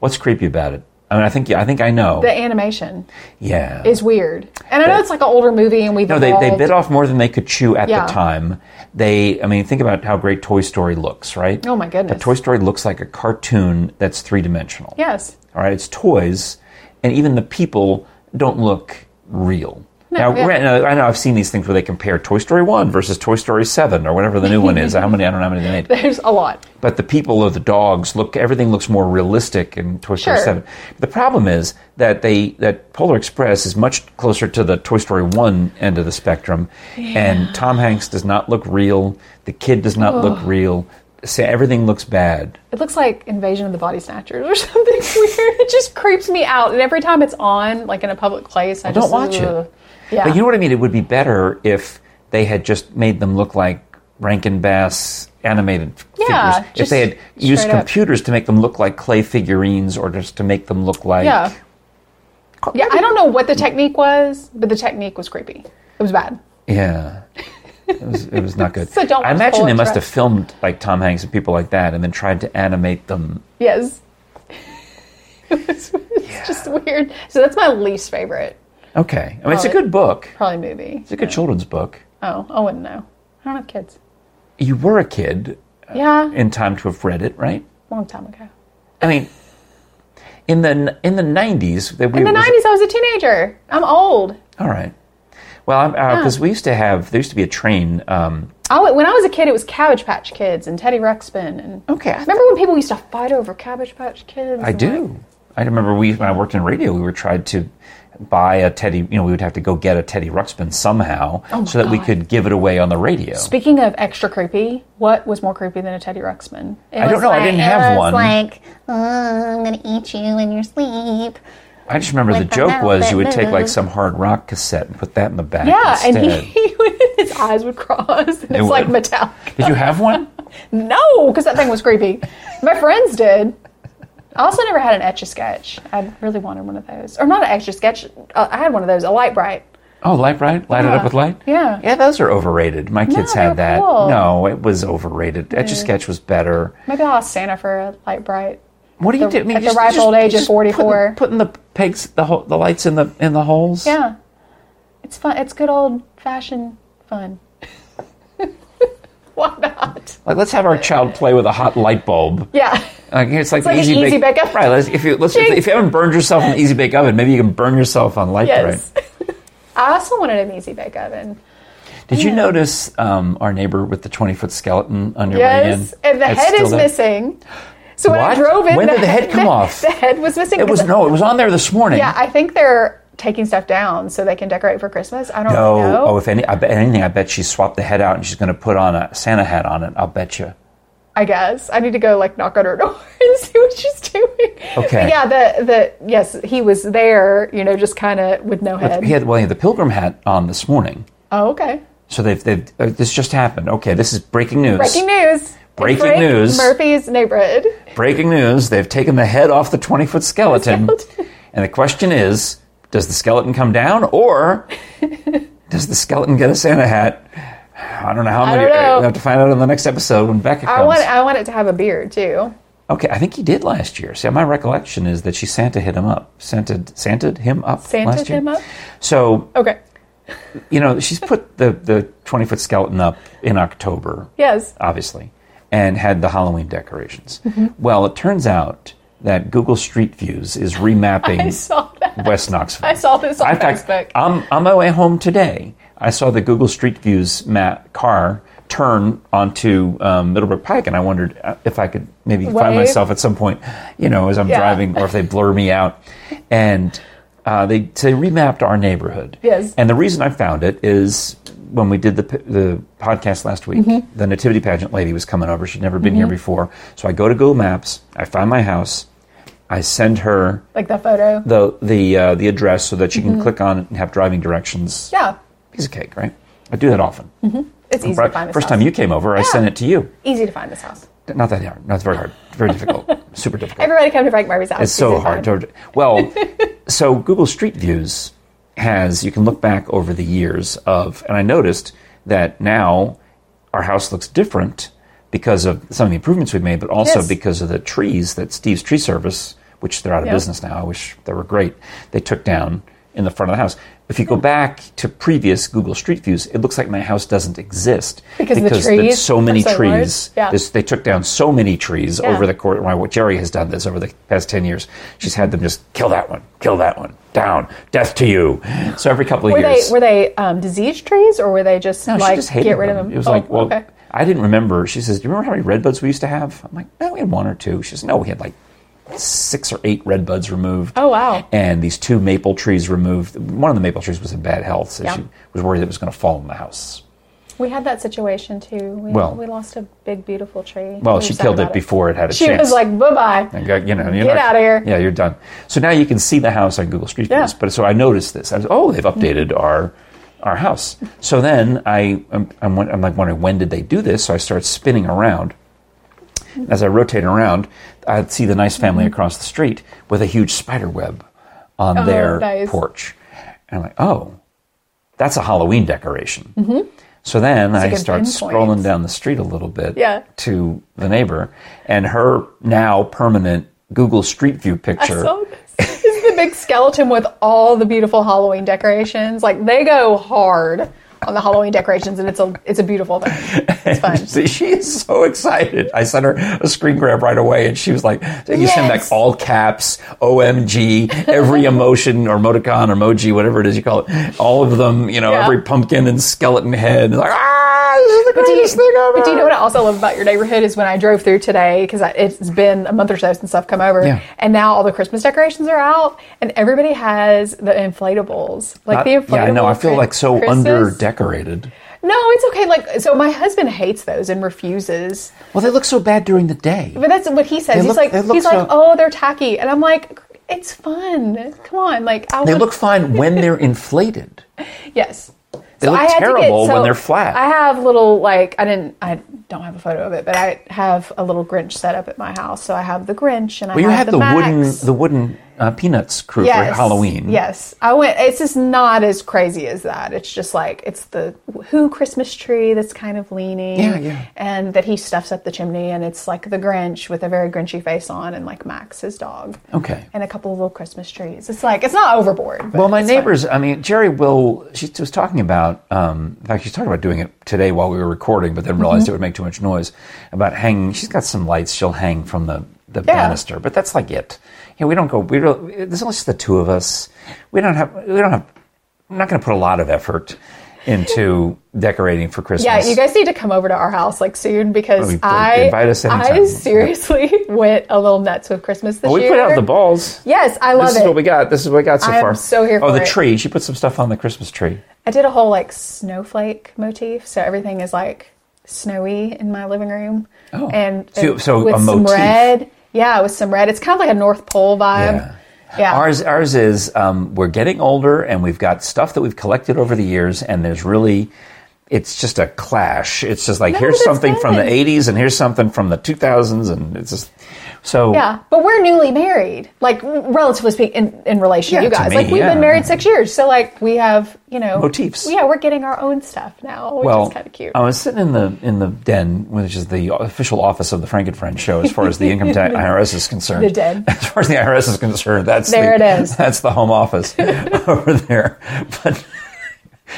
What's creepy about it? I mean, I think I think I know.
The animation
yeah.
is weird, and I know it's like an older movie, and we've
No, they, they
evolved-
bit off more than they could chew at
Yeah.
the time. They, I mean, think about how great Toy Story looks, right?
Oh my goodness.
A Toy Story looks like a cartoon that's three dimensional.
Yes.
All right, it's toys, and even the people don't look real. now,
yeah.
granted, I know I've seen these things where they compare Toy Story One versus Toy Story Seven or whatever the new one is. How many? I don't know how many they made
There's a lot.
but the people or the dogs look everything looks more realistic in Toy Story
Sure.
Seven. The problem is that they that Polar Express is much closer to the Toy Story One end of the spectrum, and Tom Hanks does not look real. The kid does not look real. So everything looks bad.
It looks like Invasion of the Body Snatchers or something weird. It just creeps me out, and every time it's on, like in a public place, I
don't
just
watch it.
ugh. Yeah.
But you know what I mean. It would be better if they had just made them look like Rankin Bass animated
Yeah,
figures. If
just
they had used
straight up.
computers to make them look like clay figurines, or just to make them look like
yeah. Yeah, I don't know what the technique was, but the technique was creepy. It was bad.
Yeah. It was, it was not good.
So don't
I
watch
imagine
Polar
they must have
Express.
filmed like Tom Hanks and people like that and then tried to animate them.
Yes. it was, it's just weird. So that's my least favorite
Okay. I mean, it's a
Probably.
good book.
probably movie.
It's a good children's book.
Oh, I wouldn't know. I don't have kids.
You were a kid
Yeah,
in time to have read it, right?
long time ago.
I mean, in the in the 90s. That we,
In the
was-
nineties, I was a teenager. I'm old.
All right. Well, because we used to have, there used to be a train. Um,
I wa- when I was a kid, Oh, it was Cabbage Patch Kids and Teddy Ruxpin. And
Okay, I-
remember when people used to fight over Cabbage Patch Kids?
Oh. I do. I remember we when I worked in radio, we were tried to buy a Teddy, you know, we would have to go get a Teddy Ruxpin somehow
Oh my
so that we
God.
could give it away on the radio.
Speaking of extra creepy, what was more creepy than a Teddy Ruxpin? It
I
was
don't know. I
like-
didn't
it
have one.
was like, oh, I'm gonna eat you in your sleep.
I just remember the
With the
joke was
velvet
you would take like
boob.
some hard rock cassette and put that in the back.
Yeah,
instead.
and he, his eyes would cross, and it's
would.
like metallic.
Did you have one?
No, because that thing was creepy. My friends did. I also never had an etch a sketch. I really wanted one of those, or not an etch a sketch. Uh, I had one of those, a light bright.
Oh, light bright, light it up with light.
Yeah.
yeah, those are overrated. My kids
they're
had that.
cool.
No, it was overrated. Etch a sketch was better.
Maybe I'll ask Santa for a light bright.
What do you
The-
do? I mean,
at the
just-
ripe
just-
old age of
just putting-
44.
putting, the pegs, the ho- the lights in the in the holes.
Yeah, it's fun. It's good old fashioned fun. Why not?
like let's have our child play with a hot light bulb.
Yeah,
Like, it's like,
like an
easy,
easy
bake,
bake oven.
Right. Let's, if you let's, if, if you haven't burned yourself in the easy bake oven, maybe you can burn yourself on light bright.
yes. I also wanted an easy bake oven.
Did you notice um, our neighbor with the 20 foot skeleton on your way in?
Yes, and the
That's
head
still
is
there?
missing. So when I
What?
drove in,
When did the head come off?
The head was missing.
It was
It's-
no, it was on there this morning.
Yeah, I think they're taking stuff down so they can decorate for Christmas. I don't
oh,
really know.
oh, if any, I bet anything, I bet she swapped the head out and she's going to put on a Santa hat on it. I'll bet you.
I guess I need to go like knock on her door and see what she's doing.
Okay.
But yeah, the the yes, he was there. You know, just kind of with no head.
He had well, he had the pilgrim hat on this morning.
oh, okay.
So they've, they've uh, this just happened. Okay, this is breaking news.
Breaking news.
Breaking
Frank
news.
Murphy's neighborhood.
Breaking news. They've taken the head off the twenty foot skeleton,
Skeleton.
and the question is, does the skeleton come down or does the skeleton get a Santa hat? I don't know how many. uh,
don't know.
We'll have to find out in the next episode when Becca comes.
I want I want it to have a beard too.
Okay, I think he did last year. See, my recollection is that she Santa hit him up, Santa Santa him up
Santed
last year.
him up?
So
Okay.
you know she's put the the twenty foot skeleton up in October,
Yes.
obviously, and had the Halloween decorations.
Mm-hmm.
Well, it turns out that Google Street Views is
I
remapping
saw that.
West Knoxville.
I saw this on
In fact,
Facebook.
I'm on my way home today. I saw the Google Street Views map car turn onto um, Middlebrook Pike, and I wondered uh, if I could maybe find
Wave.
myself at some point, you know, as I'm
Yeah.
driving, or if they blur me out. And uh, they so they remapped our neighborhood.
Yes.
And the reason I found it is when we did the p- the podcast last week,
Mm-hmm.
the nativity pageant lady was coming over. She'd never been here before, so I go to Google Maps. I find my house. I send her
Like that photo.
the the uh, the address so that you can click on it and have driving directions.
Yeah.
piece of cake, right? I do that often.
It's easy to
Right?
find this
First
house.
time you came over, I sent it to you.
Easy to find this house.
Not that hard. Not very hard. Very difficult. Super difficult.
Everybody come to Frank Murphy's house.
It's so
He's
hard.
fun.
to- Well, so Google Street Views has you can look back over the years of, and I noticed that now our house looks different because of some of the improvements we've made, but also
Yes.
because of the trees that Steve's Tree Service, which they're out of
Yeah.
business now. I wish they were great. They took down in the front of the house. If
Hmm.
you go back to previous Google Street Views, it looks like my house doesn't exist
Because of the
there's
trees
so many
are so large.
trees.
Yeah.
There's they took down so many trees
Yeah.
over the course. Well, Jerry has done this over the past ten years. She's had them just kill that one, kill that one, down, death to you. So every couple of
Were
years,
they were they um, disease trees or were they just
No, she
like
just hated
get rid of them?
It was
Oh,
like, well,
okay.
I didn't remember. She says, "Do you remember how many red buds we used to have?" I'm like, "No, we had one or two. She says, "No, we had like six or eight red buds removed."
Oh, wow.
And these two maple trees removed. One of the maple trees was in bad health, so
Yeah.
she was worried that it was going to fall in the house.
We had that situation too. We,
Well-
we lost a big beautiful tree.
Well,
We were
she
sad
killed
about
it before it had a
She
chance.
was like, bye bye.
And go, you know, you're
Get
not-
outta here.
Yeah, you're done. So now you can see the house on Google Street View.
Yeah. Mm.
But so I noticed this. I was, oh, they've updated our our house. So then I I'm, I'm, won- I'm like wondering when did they do this? So I start spinning around. As I rotate around, I see the nice family
Mm-hmm.
across the street with a huge spider web on their
Oh, nice.
porch, and I'm like, oh, that's a Halloween decoration.
Mm-hmm.
So then I
good
start
pinpoint.
scrolling down the street a little bit
Yeah.
to the neighbor, and her now permanent Google Street View picture.
So this is the big skeleton with all the beautiful Halloween decorations. Like they go hard on the Halloween decorations, and it's a it's a beautiful thing. It's fun.
See, she is so excited. I sent her a screen grab right away, and she was like, "You send back
Yes.
all caps, OMG, every emotion or emoticon or emoji, whatever it is you call it, all of them. You know,
Yeah.
every pumpkin and skeleton head. Like, ah, this is the
But do, you,
greatest thing ever."
but do you know what I also love about your neighborhood is when I drove through today because it's been a month or so since I've come over,
Yeah.
and now all the Christmas decorations are out, and everybody has the inflatables, like the inflatable.
Uh, yeah, I know. I feel
Chris-
like so
Christmas.
under decorated.
No, it's okay. Like so, my husband hates those and refuses.
Well, they look so bad during the day.
But that's what he says.
They
he's
look-
like,
they look
he's
so-
like, oh, they're tacky, and I'm like, it's fun. Come on, like I
They
would-
look fine when they're inflated.
Yes.
They look terrible when they're flat.
I have little like I didn't I don't have a photo of it, but I have a little Grinch set up at my house. So I have Uh, the Grinch and I
Well, you
have
had the,
Max.
wooden the wooden uh, peanuts crew for Halloween.
Yes, I went. It's just not as crazy as that. It's just like it's the Who Christmas tree that's kind of leaning,
Yeah, yeah.
and that he stuffs up the chimney, and it's like the Grinch with a very Grinchy face on, and like Max his dog,
Okay.
and a couple of little Christmas trees. It's like it's not overboard. but
Well, my
it's fun.
neighbors. I mean, Jerry will. She was talking about. Um, in fact, she's talking about doing it today while we were recording, but then
Mm-hmm.
realized it would make too much noise. About hanging. She's got some lights. She'll hang from the the
Yeah.
banister, but that's like it. You know, we don't go. We don't, there's only just the two of us. We don't have. We don't have. I'm not going to put a lot of effort into decorating for Christmas.
Yeah, you guys need to come over to our house like soon because
Oh,
I
invite us anytime.
I seriously went a little nuts with Christmas this
Well, we
year.
put out the balls.
Yes, I love
This is
it.
what we got. This is what we got so
I am
far.
so here
Oh,
for
the
it.
tree. She put some stuff on the Christmas tree.
I did a whole like snowflake motif, so everything is like snowy in my living room.
Oh.
and
So-
and
so
with
a
some
motif.
red. Yeah, with some red. It's kind of like a North Pole vibe. Um, Yeah.
Ours, ours is um, we're getting older, and we've got stuff that we've collected over the years, and there's really. It's just a clash. It's just like
No,
here's
that's
something from the
fine.
'80s and here's something from the 2000s, and it's just so.
Yeah, but we're newly married, like relatively speaking, in, in relation
Yeah,
to you
to
guys.
me,
like we've
yeah.
been married six years, so like we have, you know,
Motifs.
Yeah, we're getting our own stuff now, which
Well,
is kind of cute.
I was sitting in the in the den, which is the official office of the Frank and Friends show, as far as the income tax IRS is concerned.
The den.
As far as the IRS is concerned, that's
There
the,
it is.
That's the home office over there, but.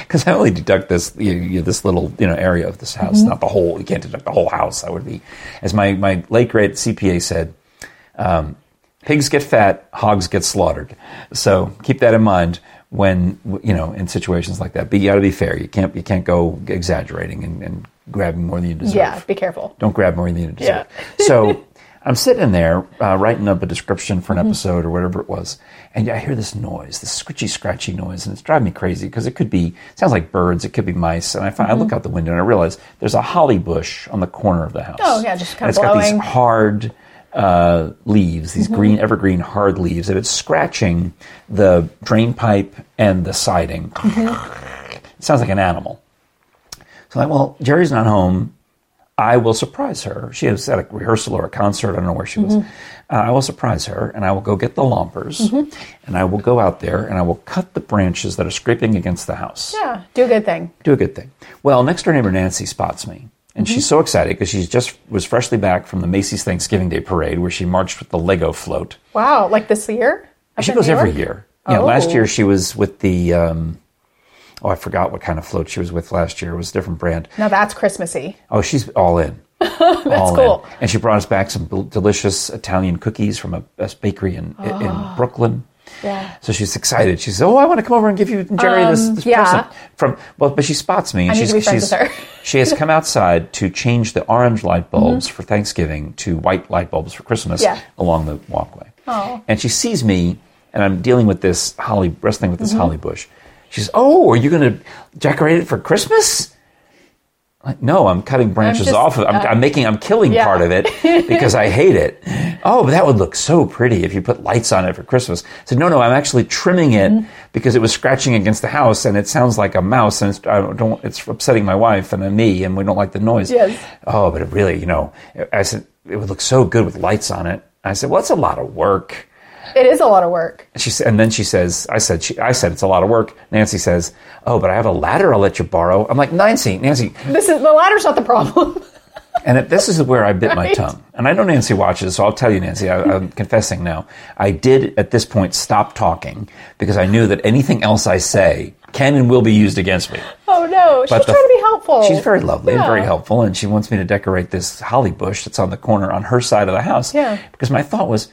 Because I only deduct this you, you, this little you know area of this
Mm-hmm.
house, not the whole. You can't deduct the whole house. That would be, as my my late great CPA said, um, pigs get fat, hogs get slaughtered. So keep that in mind when you know in situations like that. But you got to be fair. You can't you can't go exaggerating and, and grabbing more than you deserve.
yeah, be careful.
Don't grab more than you deserve.
Yeah.
so I'm sitting there uh, writing up a description for an
Mm-hmm.
episode or whatever it was, and I hear this noise, this scritchy, scratchy noise, and it's driving me crazy because it could be it sounds like birds, it could be mice, and I, find, I
Mm-hmm.
look out the window and I realize there's a holly bush on the corner of the house.
Oh, yeah, just
and
kinda
it's got these
blowing. Mm-hmm.
hard uh, leaves, these green, evergreen hard leaves, and it's scratching the drain pipe and the siding.
Mm-hmm.
it sounds like an animal. So I'm like, well, Jerry's not home. I will surprise her. She was at a rehearsal or a concert. I don't know where she was.
Mm-hmm.
Uh, I will surprise her, and I will go get the lompers, and I will go out there, and I will cut the branches that are scraping against the house
Yeah, do a good thing.
do a good thing. Well, next door neighbor Nancy spots me, and
Mm-hmm.
she's so excited because she just was freshly back from the Macy's Thanksgiving Day parade where she marched with the Lego float.
Wow, like this year? Up
She
in
goes
New
every
York?
year. Yeah, last
Oh.
year she was with the. Um, oh, I forgot what kind of float she was with last year. It was a different brand.
Now that's Christmassy.
Oh, she's all in. all
cool.
in. And she brought us back some bel- delicious Italian cookies from a, a bakery in, in Brooklyn.
Oh. Yeah. Um,
So she's excited. She says, "Oh, I want to come over and give you and Jerry this, this
yeah.
present." From well, but she spots me, and
need
she's,
to be friends
she's
with her. Mm-hmm.
she has come outside to change the orange light bulbs for Thanksgiving to white light bulbs for Christmas
Yeah.
along the walkway.
Oh.
And she sees me, and I'm dealing with this holly, wrestling with this
Mm-hmm.
holly bush. She says, "Oh, are you going to decorate it for Christmas?" Like, no, I'm cutting branches
just,
off of. I'm, I'm making. I'm killing
yeah.
part of it because I hate it. Oh, but that would look so pretty if you put lights on it for Christmas. I said, no, no, I'm actually trimming it
Mm-hmm.
because it was scratching against the house and it sounds like a mouse and it's, I don't. It's upsetting my wife and then me and we don't like the noise.
Yes.
Oh, but it really, you know, I said it would look so good with lights on it. I said, well, it's a lot of work.
It is a lot of work.
She said, and then she says, I said, she, I said, it's a lot of work. Nancy says, oh, but I have a ladder I'll let you borrow. I'm like, Nancy, Nancy,
This is the ladder's not the problem.
and it- this is where I bit my
Right.
tongue. And I know Nancy watches, so I'll tell you, Nancy, I, I'm confessing now. I did at this point stop talking because I knew that anything else I say can and will be used against me.
Oh no, she's
the-
trying to be helpful.
She's very lovely and very
Yeah.
helpful, and she wants me to decorate this holly bush that's on the corner on her side of the house.
Yeah.
Because my thought was,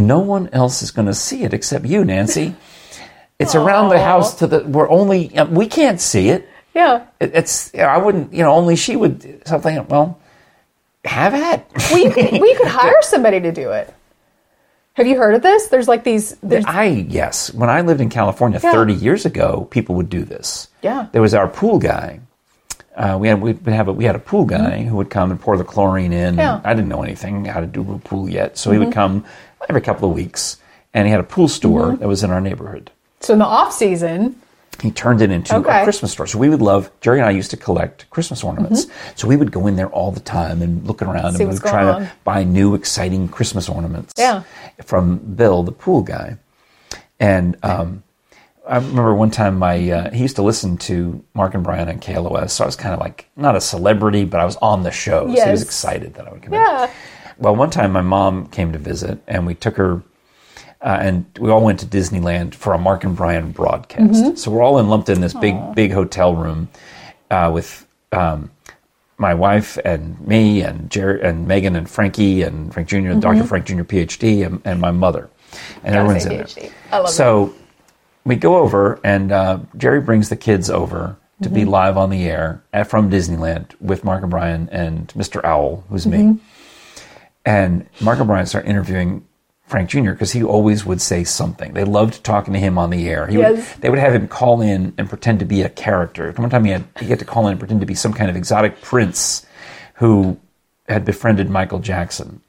no one else is going to see it except you, Nancy. It's around the house to the we're only uh, we can't see it
Yeah.
it, it's you know, I wouldn't you know only she would something well have at
Well, you could, we could hire somebody to do it. Have you heard of this? There's like these. There's,
I yes when I lived in California
Yeah.
30 years ago people would do this
Yeah.
there was our pool guy uh, we had we'd have a, we had a pool guy who would come and pour the chlorine in
Mm-hmm. Yeah. Mm-hmm.
I didn't know anything how to do a pool yet so he would come every couple of weeks and he had a pool store
Mm-hmm.
that was in our neighborhood
so in the off season,
he turned it into a
Okay.
Christmas store. So we would love, Jerry and I used to collect Christmas ornaments. So we would go in there all the time and look around
Mm-hmm. See
and we
what's
would try
going on.
to buy new, exciting Christmas ornaments
Yeah.
from Bill, the pool guy. And um, I remember one time my, uh, he used to listen to Mark and Brian on KLOS. So I was kind of like, not a celebrity, but I was on the show. So he
Yes.
was excited that I would come in.
yeah,
Well, one time my mom came to visit, and we took her, uh, and we all went to Disneyland for a Mark and Brian broadcast.
Mm-hmm.
So we're all in lumped in this big, big hotel room uh, with um, my wife and me and Jer- and Megan and Frankie and Frank junior Dr. Frank Jr. PhD, and, and my mother, and everyone's
Mm-hmm. say
in there.
PhD. I love
so we go over, and uh, Jerry brings the kids over to
Mm-hmm.
be live on the air at, from Disneyland with Mark and Brian and Mr. Owl, who's
Mm-hmm.
me. And Mark and Brian start interviewing Frank Jr. because he always would say something. They loved talking to him on the air. He would-
Yes.
they would have him call in and pretend to be a character. One time he had he had to call in and pretend to be some kind of exotic prince who had befriended Michael Jackson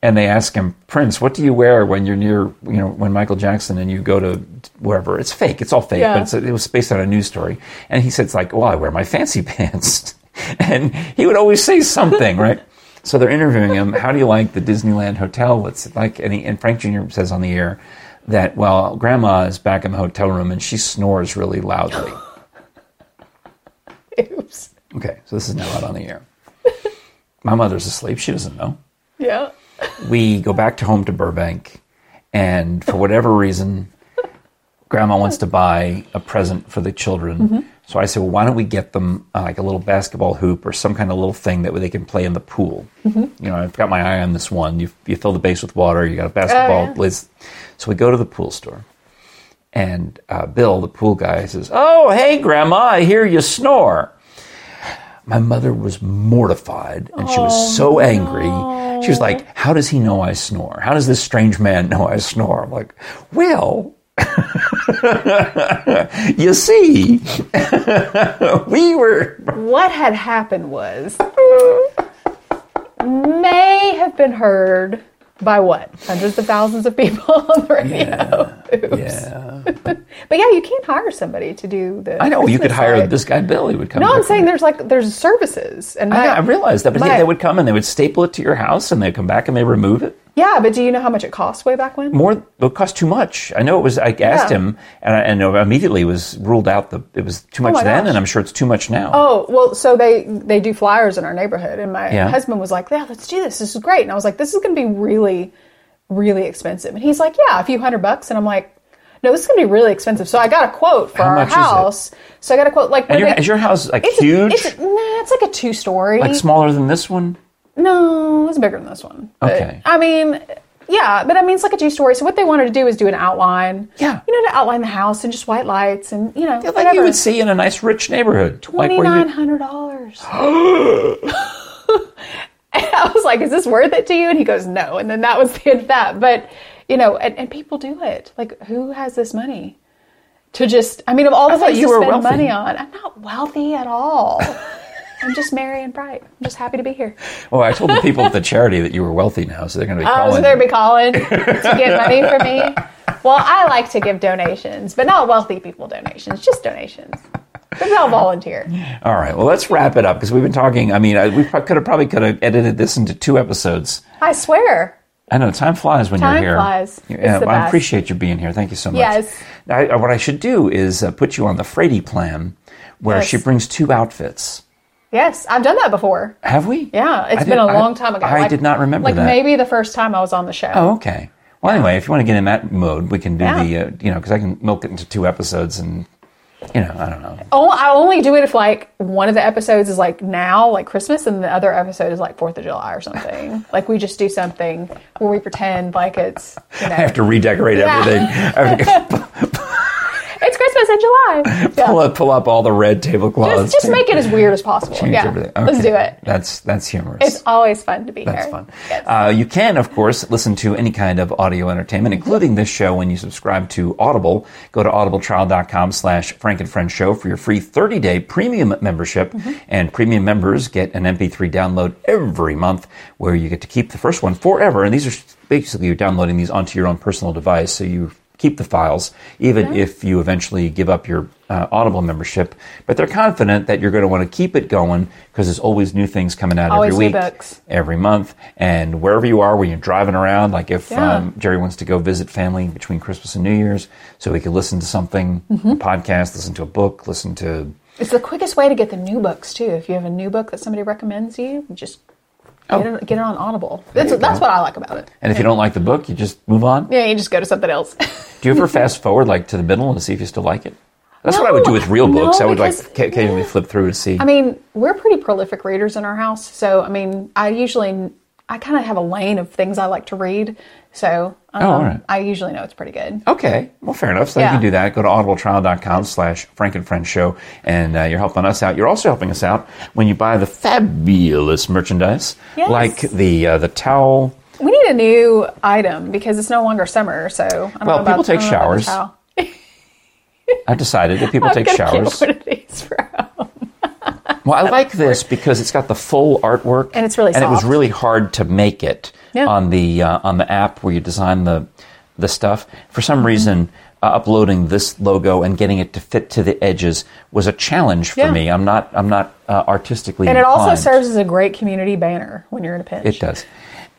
and they ask him, Prince, what do you wear when you're near, you know, when Michael Jackson and you go to wherever? It's fake. It's all fake,
Yeah.
but it's, it was based on a news story. And he said, it's like, well, I wear my fancy pants. and he would always say something, right? So they're interviewing him. How do you like the Disneyland hotel? What's it like? And, he, and Frank Jr. says on the air that, well, grandma is back in the hotel room and she snores really loudly.
oops,
Okay, so this is now out on the air. My mother's asleep. She doesn't know.
yeah.
we go back to home to Burbank, and for whatever reason, Grandma wants to buy a present for the children. So I said, well, why don't we get them uh, like a little basketball hoop or some kind of little thing that they can play in the pool? You know, I've got my eye on this one. You, you fill the base with water, you got a basketball.
yeah.
blitz. So we go to the pool store, and uh, Bill, the pool guy, says, Oh, hey, Grandma, I hear you snore my mother was mortified and she was
Oh,
so angry. She was like, How does he know I snore? How does this strange man know I snore? I'm like, Well, you see, we were.
What had happened was may have been heard by what hundreds of thousands of people on the radio. Oops.
Yeah.
But yeah, you can't hire somebody to do the.
I know you could
business
hire
side.
this guy Bill. He would come.
No, I'm
work for
saying
me.
there's like there's services and
I,
that-
I realized that, but, yeah,
but-
they would come and they would staple it to your house, and they'd come back and they remove it.
yeah, but do you know how much it cost way back when?
More, it cost too much. I know it was. I asked
Yeah.
him, and, I, and immediately was ruled out. The it was too much
Oh my
then,
gosh.
and I'm sure it's too much now.
Oh well, so they they do flyers in our neighborhood, and my
Yeah.
husband was like, "Yeah, let's do this. This is great." And I was like, "This is going to be really, really expensive." And he's like, "Yeah, a few hundred bucks." And I'm like, "No, this is going to be really expensive." So I got a quote for
How
our
much is it?
house. So I got a quote like,
and
when
your,
they-
is your house like
it's a-
huge,
it's a- nah, it's like a two story.
like smaller than this one?
No, it's bigger than this one. But,
Okay.
I mean, yeah, but I mean, it's like a two story. So what they wanted to do is do an outline.
Yeah.
You know, to outline the house and just white lights and you know
Like
whatever.
you would see in a nice rich neighborhood. Like
Twenty
where you-
nine hundred dollars. and I was like, "Is this worth it to you?" And he goes, "No." And then that was the end of that. But you know, and, and people do it. Like, who has this money to just? I mean, of all the
I thought
things
you
you to
were
spend
wealthy.
money on, I'm not wealthy at all. I'm just merry and bright. I'm just happy to be here.
Oh, I told the people at the charity that you were wealthy now, so they're going to be
I
calling.
was
you.
Oh, there be calling to get money from me. Well, I like to give donations, but not wealthy people donations, just donations. But they'll volunteer.
All right, well, let's wrap it up because we've been talking. I mean, I, we could have probably could have edited this into two episodes.
I swear.
I know time flies when
Time
you're here.
flies.
Yeah,
It's the
well, I
best.
appreciate you being here. Thank you so much.
Yes.
I, I- what I should do is uh, put you on the Frady plan, where
Yes.
she brings two outfits.
Yes, I've done that before.
Have we?
Yeah,
it's
it's been a long time ago.
I
Like-
did not remember
Like
that.
maybe the first time I was on the show.
Oh, okay. Well, anyway, if you want to get in that mode, we can do
Yeah.
the uh, you know because I can milk it into two episodes and you know I don't know.
Oh, I only do it if like one of the episodes is like now, like Christmas, and the other episode is like Fourth of July or something. like we just do something where we pretend like it's you know
I have to redecorate
Yeah.
everything. I have to
it's Christmas in July. Yeah.
pull up, pull up all the red tablecloths.
Just, just
to
make it as weird as possible.
change
yeah,
everything.
let's
Okay.
do it.
That's that's humorous.
It's always fun to be
That's
here.
fun.
Yes.
Uh, you can, of course, listen to any kind of audio entertainment, including this show, when you subscribe to Audible. Go to audibletrial.com slash Frank and Friend Show for your free 30-day premium membership.
Mm-hmm.
And premium members get an MP3 download every month where you get to keep the first one forever. And these are basically you're downloading these onto your own personal device, so you keep the files, even if you eventually give up your uh, Audible membership. But they're confident that you're going to want to keep it going because there's always new things coming out
Always
every
new
week,
books.
every month, and wherever you are, when you're driving around, like if
Yeah.
um, Jerry wants to go visit family between Christmas and New Year's, so he could listen to something,
Mm-hmm.
a podcast, listen to a book, listen to.
It's the quickest way to get the new books too. If you have a new book that somebody recommends you, you just get, it, get it on Audible. That's,
Oh. you go.
that's what I like about it.
And if you don't like the book, you just move on.
Yeah, you just go to something else.
Do you ever fast forward like to the middle to see if you still like it? That's what I would do
No,
with real
no,
books. I would like
because-
ca- occasionally flip through to see.
I mean, we're pretty prolific readers in our house, so I mean, I usually I kind of have a lane of things I like to read, so um,
Oh, all right.
I usually know it's pretty good.
Okay, well, fair enough. So you
Yeah.
can do that. Go to audibletrial.com slash Frank and Friend Show, and uh, you're helping us out. You're also helping us out when you buy the fabulous merchandise,
Yes.
like the uh, the towel.
We need a new item because it's no longer summer, so I don't
Well,
know about,
people take
I don't know about the
showers.
towel.
I've decided that people
I'm
take
gonna get
showers.
one of these for our
Well, I like this because it's got the full artwork,
And it's really
and it was
soft.
really hard to make it
Yeah.
on the uh, on the app where you design the the stuff. For
Mm-hmm.
some reason, uh, uploading this logo and getting it to fit to the edges was a challenge for
Yeah.
me. I'm not I'm not uh, artistically
And it also
inclined.
serves as a great community banner when you're in a pinch.
It does.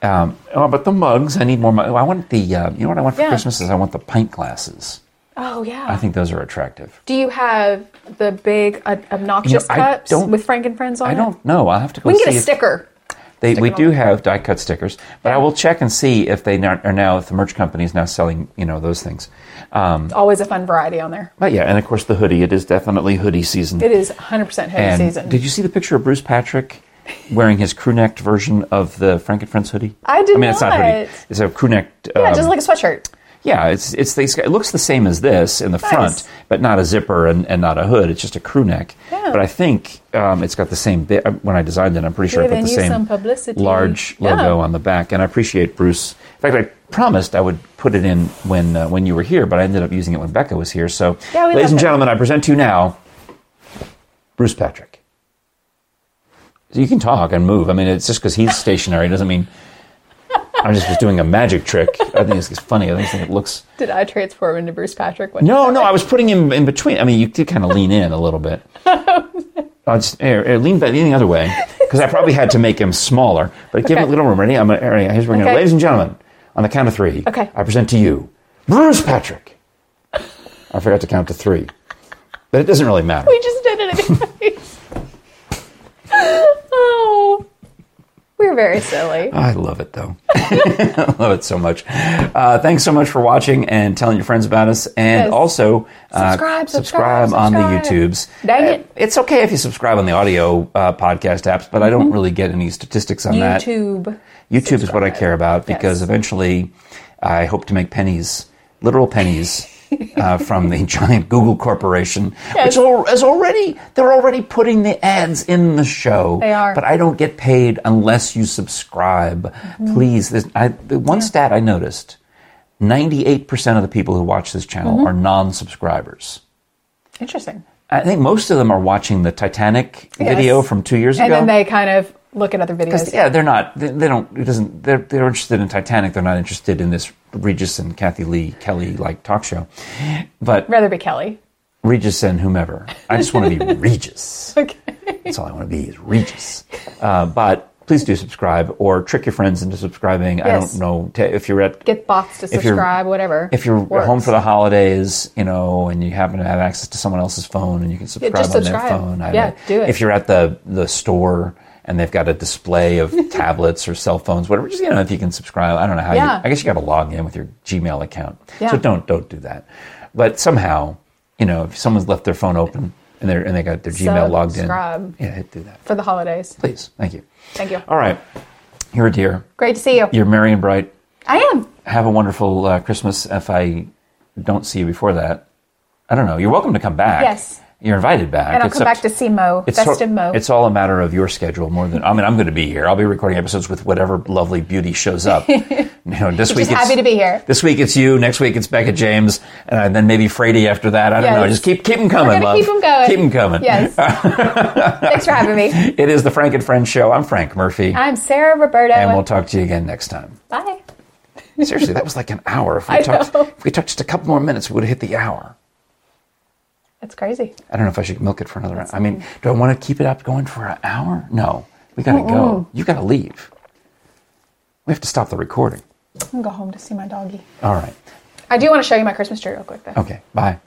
Um, oh, but the mugs, I need more mugs. I want the, uh, you know what I want for
Yeah.
Christmas is I want the pint glasses.
Oh yeah.
I think those are attractive.
Do you have the big uh, obnoxious
I
cups
don't-
with Frank and Friends on
I
it?
don't know. I'll have to go
We can
see
get a
if
sticker.
they, we
it on
do
the
have die cut stickers, but I will check and see if they not, are now, if the merch company is now selling, you know, those things.
It's always a fun variety on there.
But yeah, and of course the hoodie, it is definitely hoodie season.
It is 100% hoodie
and
season.
Did you see the picture of Bruce Patrick wearing his crew necked version of the Frank and Friends hoodie?
I did
I mean, it's not hoodie.
not.
It's a crew necked. um,
yeah, just like a sweatshirt.
Yeah, it's it's these, it looks the same as this in the
Nice.
front, but not a zipper and, and not a hood. It's just a crew neck.
Yeah.
But I think um, it's got the same bit. When I designed it, I'm pretty sure I put
Giving
the
you some
same
publicity.
large
Yeah.
logo on the back. And I appreciate Bruce. In fact, I promised I would put it in when uh, when you were here, but I ended up using it when Becca was here. So,
Yeah, we
ladies
love
and
it.
gentlemen, I present to you now Bruce Patrick. So you can talk and move. I mean, it's just because he's stationary doesn't mean I just was doing a magic trick. I think it's, it's funny. I just think it looks.
Did I transform into Bruce Patrick? When
No, no, I was putting him in between. I mean, you did kind of lean in a little bit.
Oh,
I just here, here, lean back, lean the other way because I probably had to make him smaller. But give him a
Okay.
little room. Ready? I'm gonna- all right, here's where we're going.
Okay.
Ladies and gentlemen, on the count of three,
Okay.
I present to you Bruce Patrick. I forgot to count to three, but it doesn't really matter.
We just did it anyways. oh, we're very silly.
I love it though. I love it so much. Uh, thanks so much for watching and telling your friends about us. And
Yes.
also, uh,
Subscribe,
subscribe,
subscribe,
on the
subscribe.
YouTubes.
Dang it.
Uh, It's okay if you subscribe on the audio uh, podcast apps, but I
Mm-hmm.
don't really get any statistics on that.
YouTube.
YouTube is what I care about because
Yes.
eventually I hope to make pennies, literal pennies. Uh, from the giant Google corporation, which
Yes.
al- is already they're already putting the ads in the show.
They are.
but I don't get paid unless you subscribe.
Mm-hmm.
Please, this, I, the one stat I noticed: ninety-eight percent of the people who watch this channel
Mm-hmm.
are non-subscribers.
Interesting.
I think most of them are watching the Titanic
Yes.
video from two years
And
ago.
then they kind of look at other videos.
Yeah, they're not. They, they don't. It doesn't. They're, they're interested in Titanic. They're not interested in this Regis and Kathy Lee Kelly like talk show. But
Rather be Kelly.
Regis and whomever. I just want to be Regis.
Okay.
That's all I want to be is Regis. Uh, but please do subscribe or trick your friends into subscribing. I
Yes.
don't know ta- if you're at
Get bots to
If you're-
subscribe, whatever.
if you're
Works.
home for the holidays, you know, and you happen to have access to someone else's phone and you can subscribe
just
on their
subscribe.
phone. I
Yeah,
know.
do it.
If you're at the, the store and they've got a display of tablets or cell phones, whatever, just, you know, if you can subscribe. I don't know how
Yeah.
you, I guess you got to log in with your Gmail account.
Yeah.
So don't, don't do that. But somehow, you know, if someone's left their phone open and they're, and they got their Gmail logged in,
Subscribe.
yeah, hit do that.
for the holidays.
Please. Thank you.
Thank you.
All right. You're a dear.
Great to see you.
You're merry and bright
I am.
have a wonderful uh, Christmas. If I don't see you before that, I don't know. You're welcome to come back.
Yes.
you're invited back.
And I'll
It's
come
up
back to see Mo.
it's all-
Festive Mo.
It's all a matter of your schedule more than I mean. I'm going to be here. I'll be recording episodes with whatever lovely beauty shows up. you know, this week
Just
it's,
happy to be here.
This week it's you. Next week it's Becca James, and uh, then maybe Frady after that. I don't know.
Yes.
Just keep keep them coming,
We're gonna
love.
keep 'em going.
Keep 'em coming.
Yes. Thanks for having me.
It is the Frank and Friends show. I'm Frank Murphy,
I'm Sarah Roberto.
and we'll talk to you again next time.
Bye.
Seriously, that was like an hour. If we
I
talked,
know.
if we talked just a couple more minutes, we would have hit the hour.
That's crazy.
I don't know if I should milk it for another. round. I mean, do I want to keep it up going for an hour? No, we gotta go. You gotta leave. We have to stop the recording.
I'm going to go home to see my doggy.
All right.
I do want to show you my Christmas tree real quick, though.
Okay. Bye.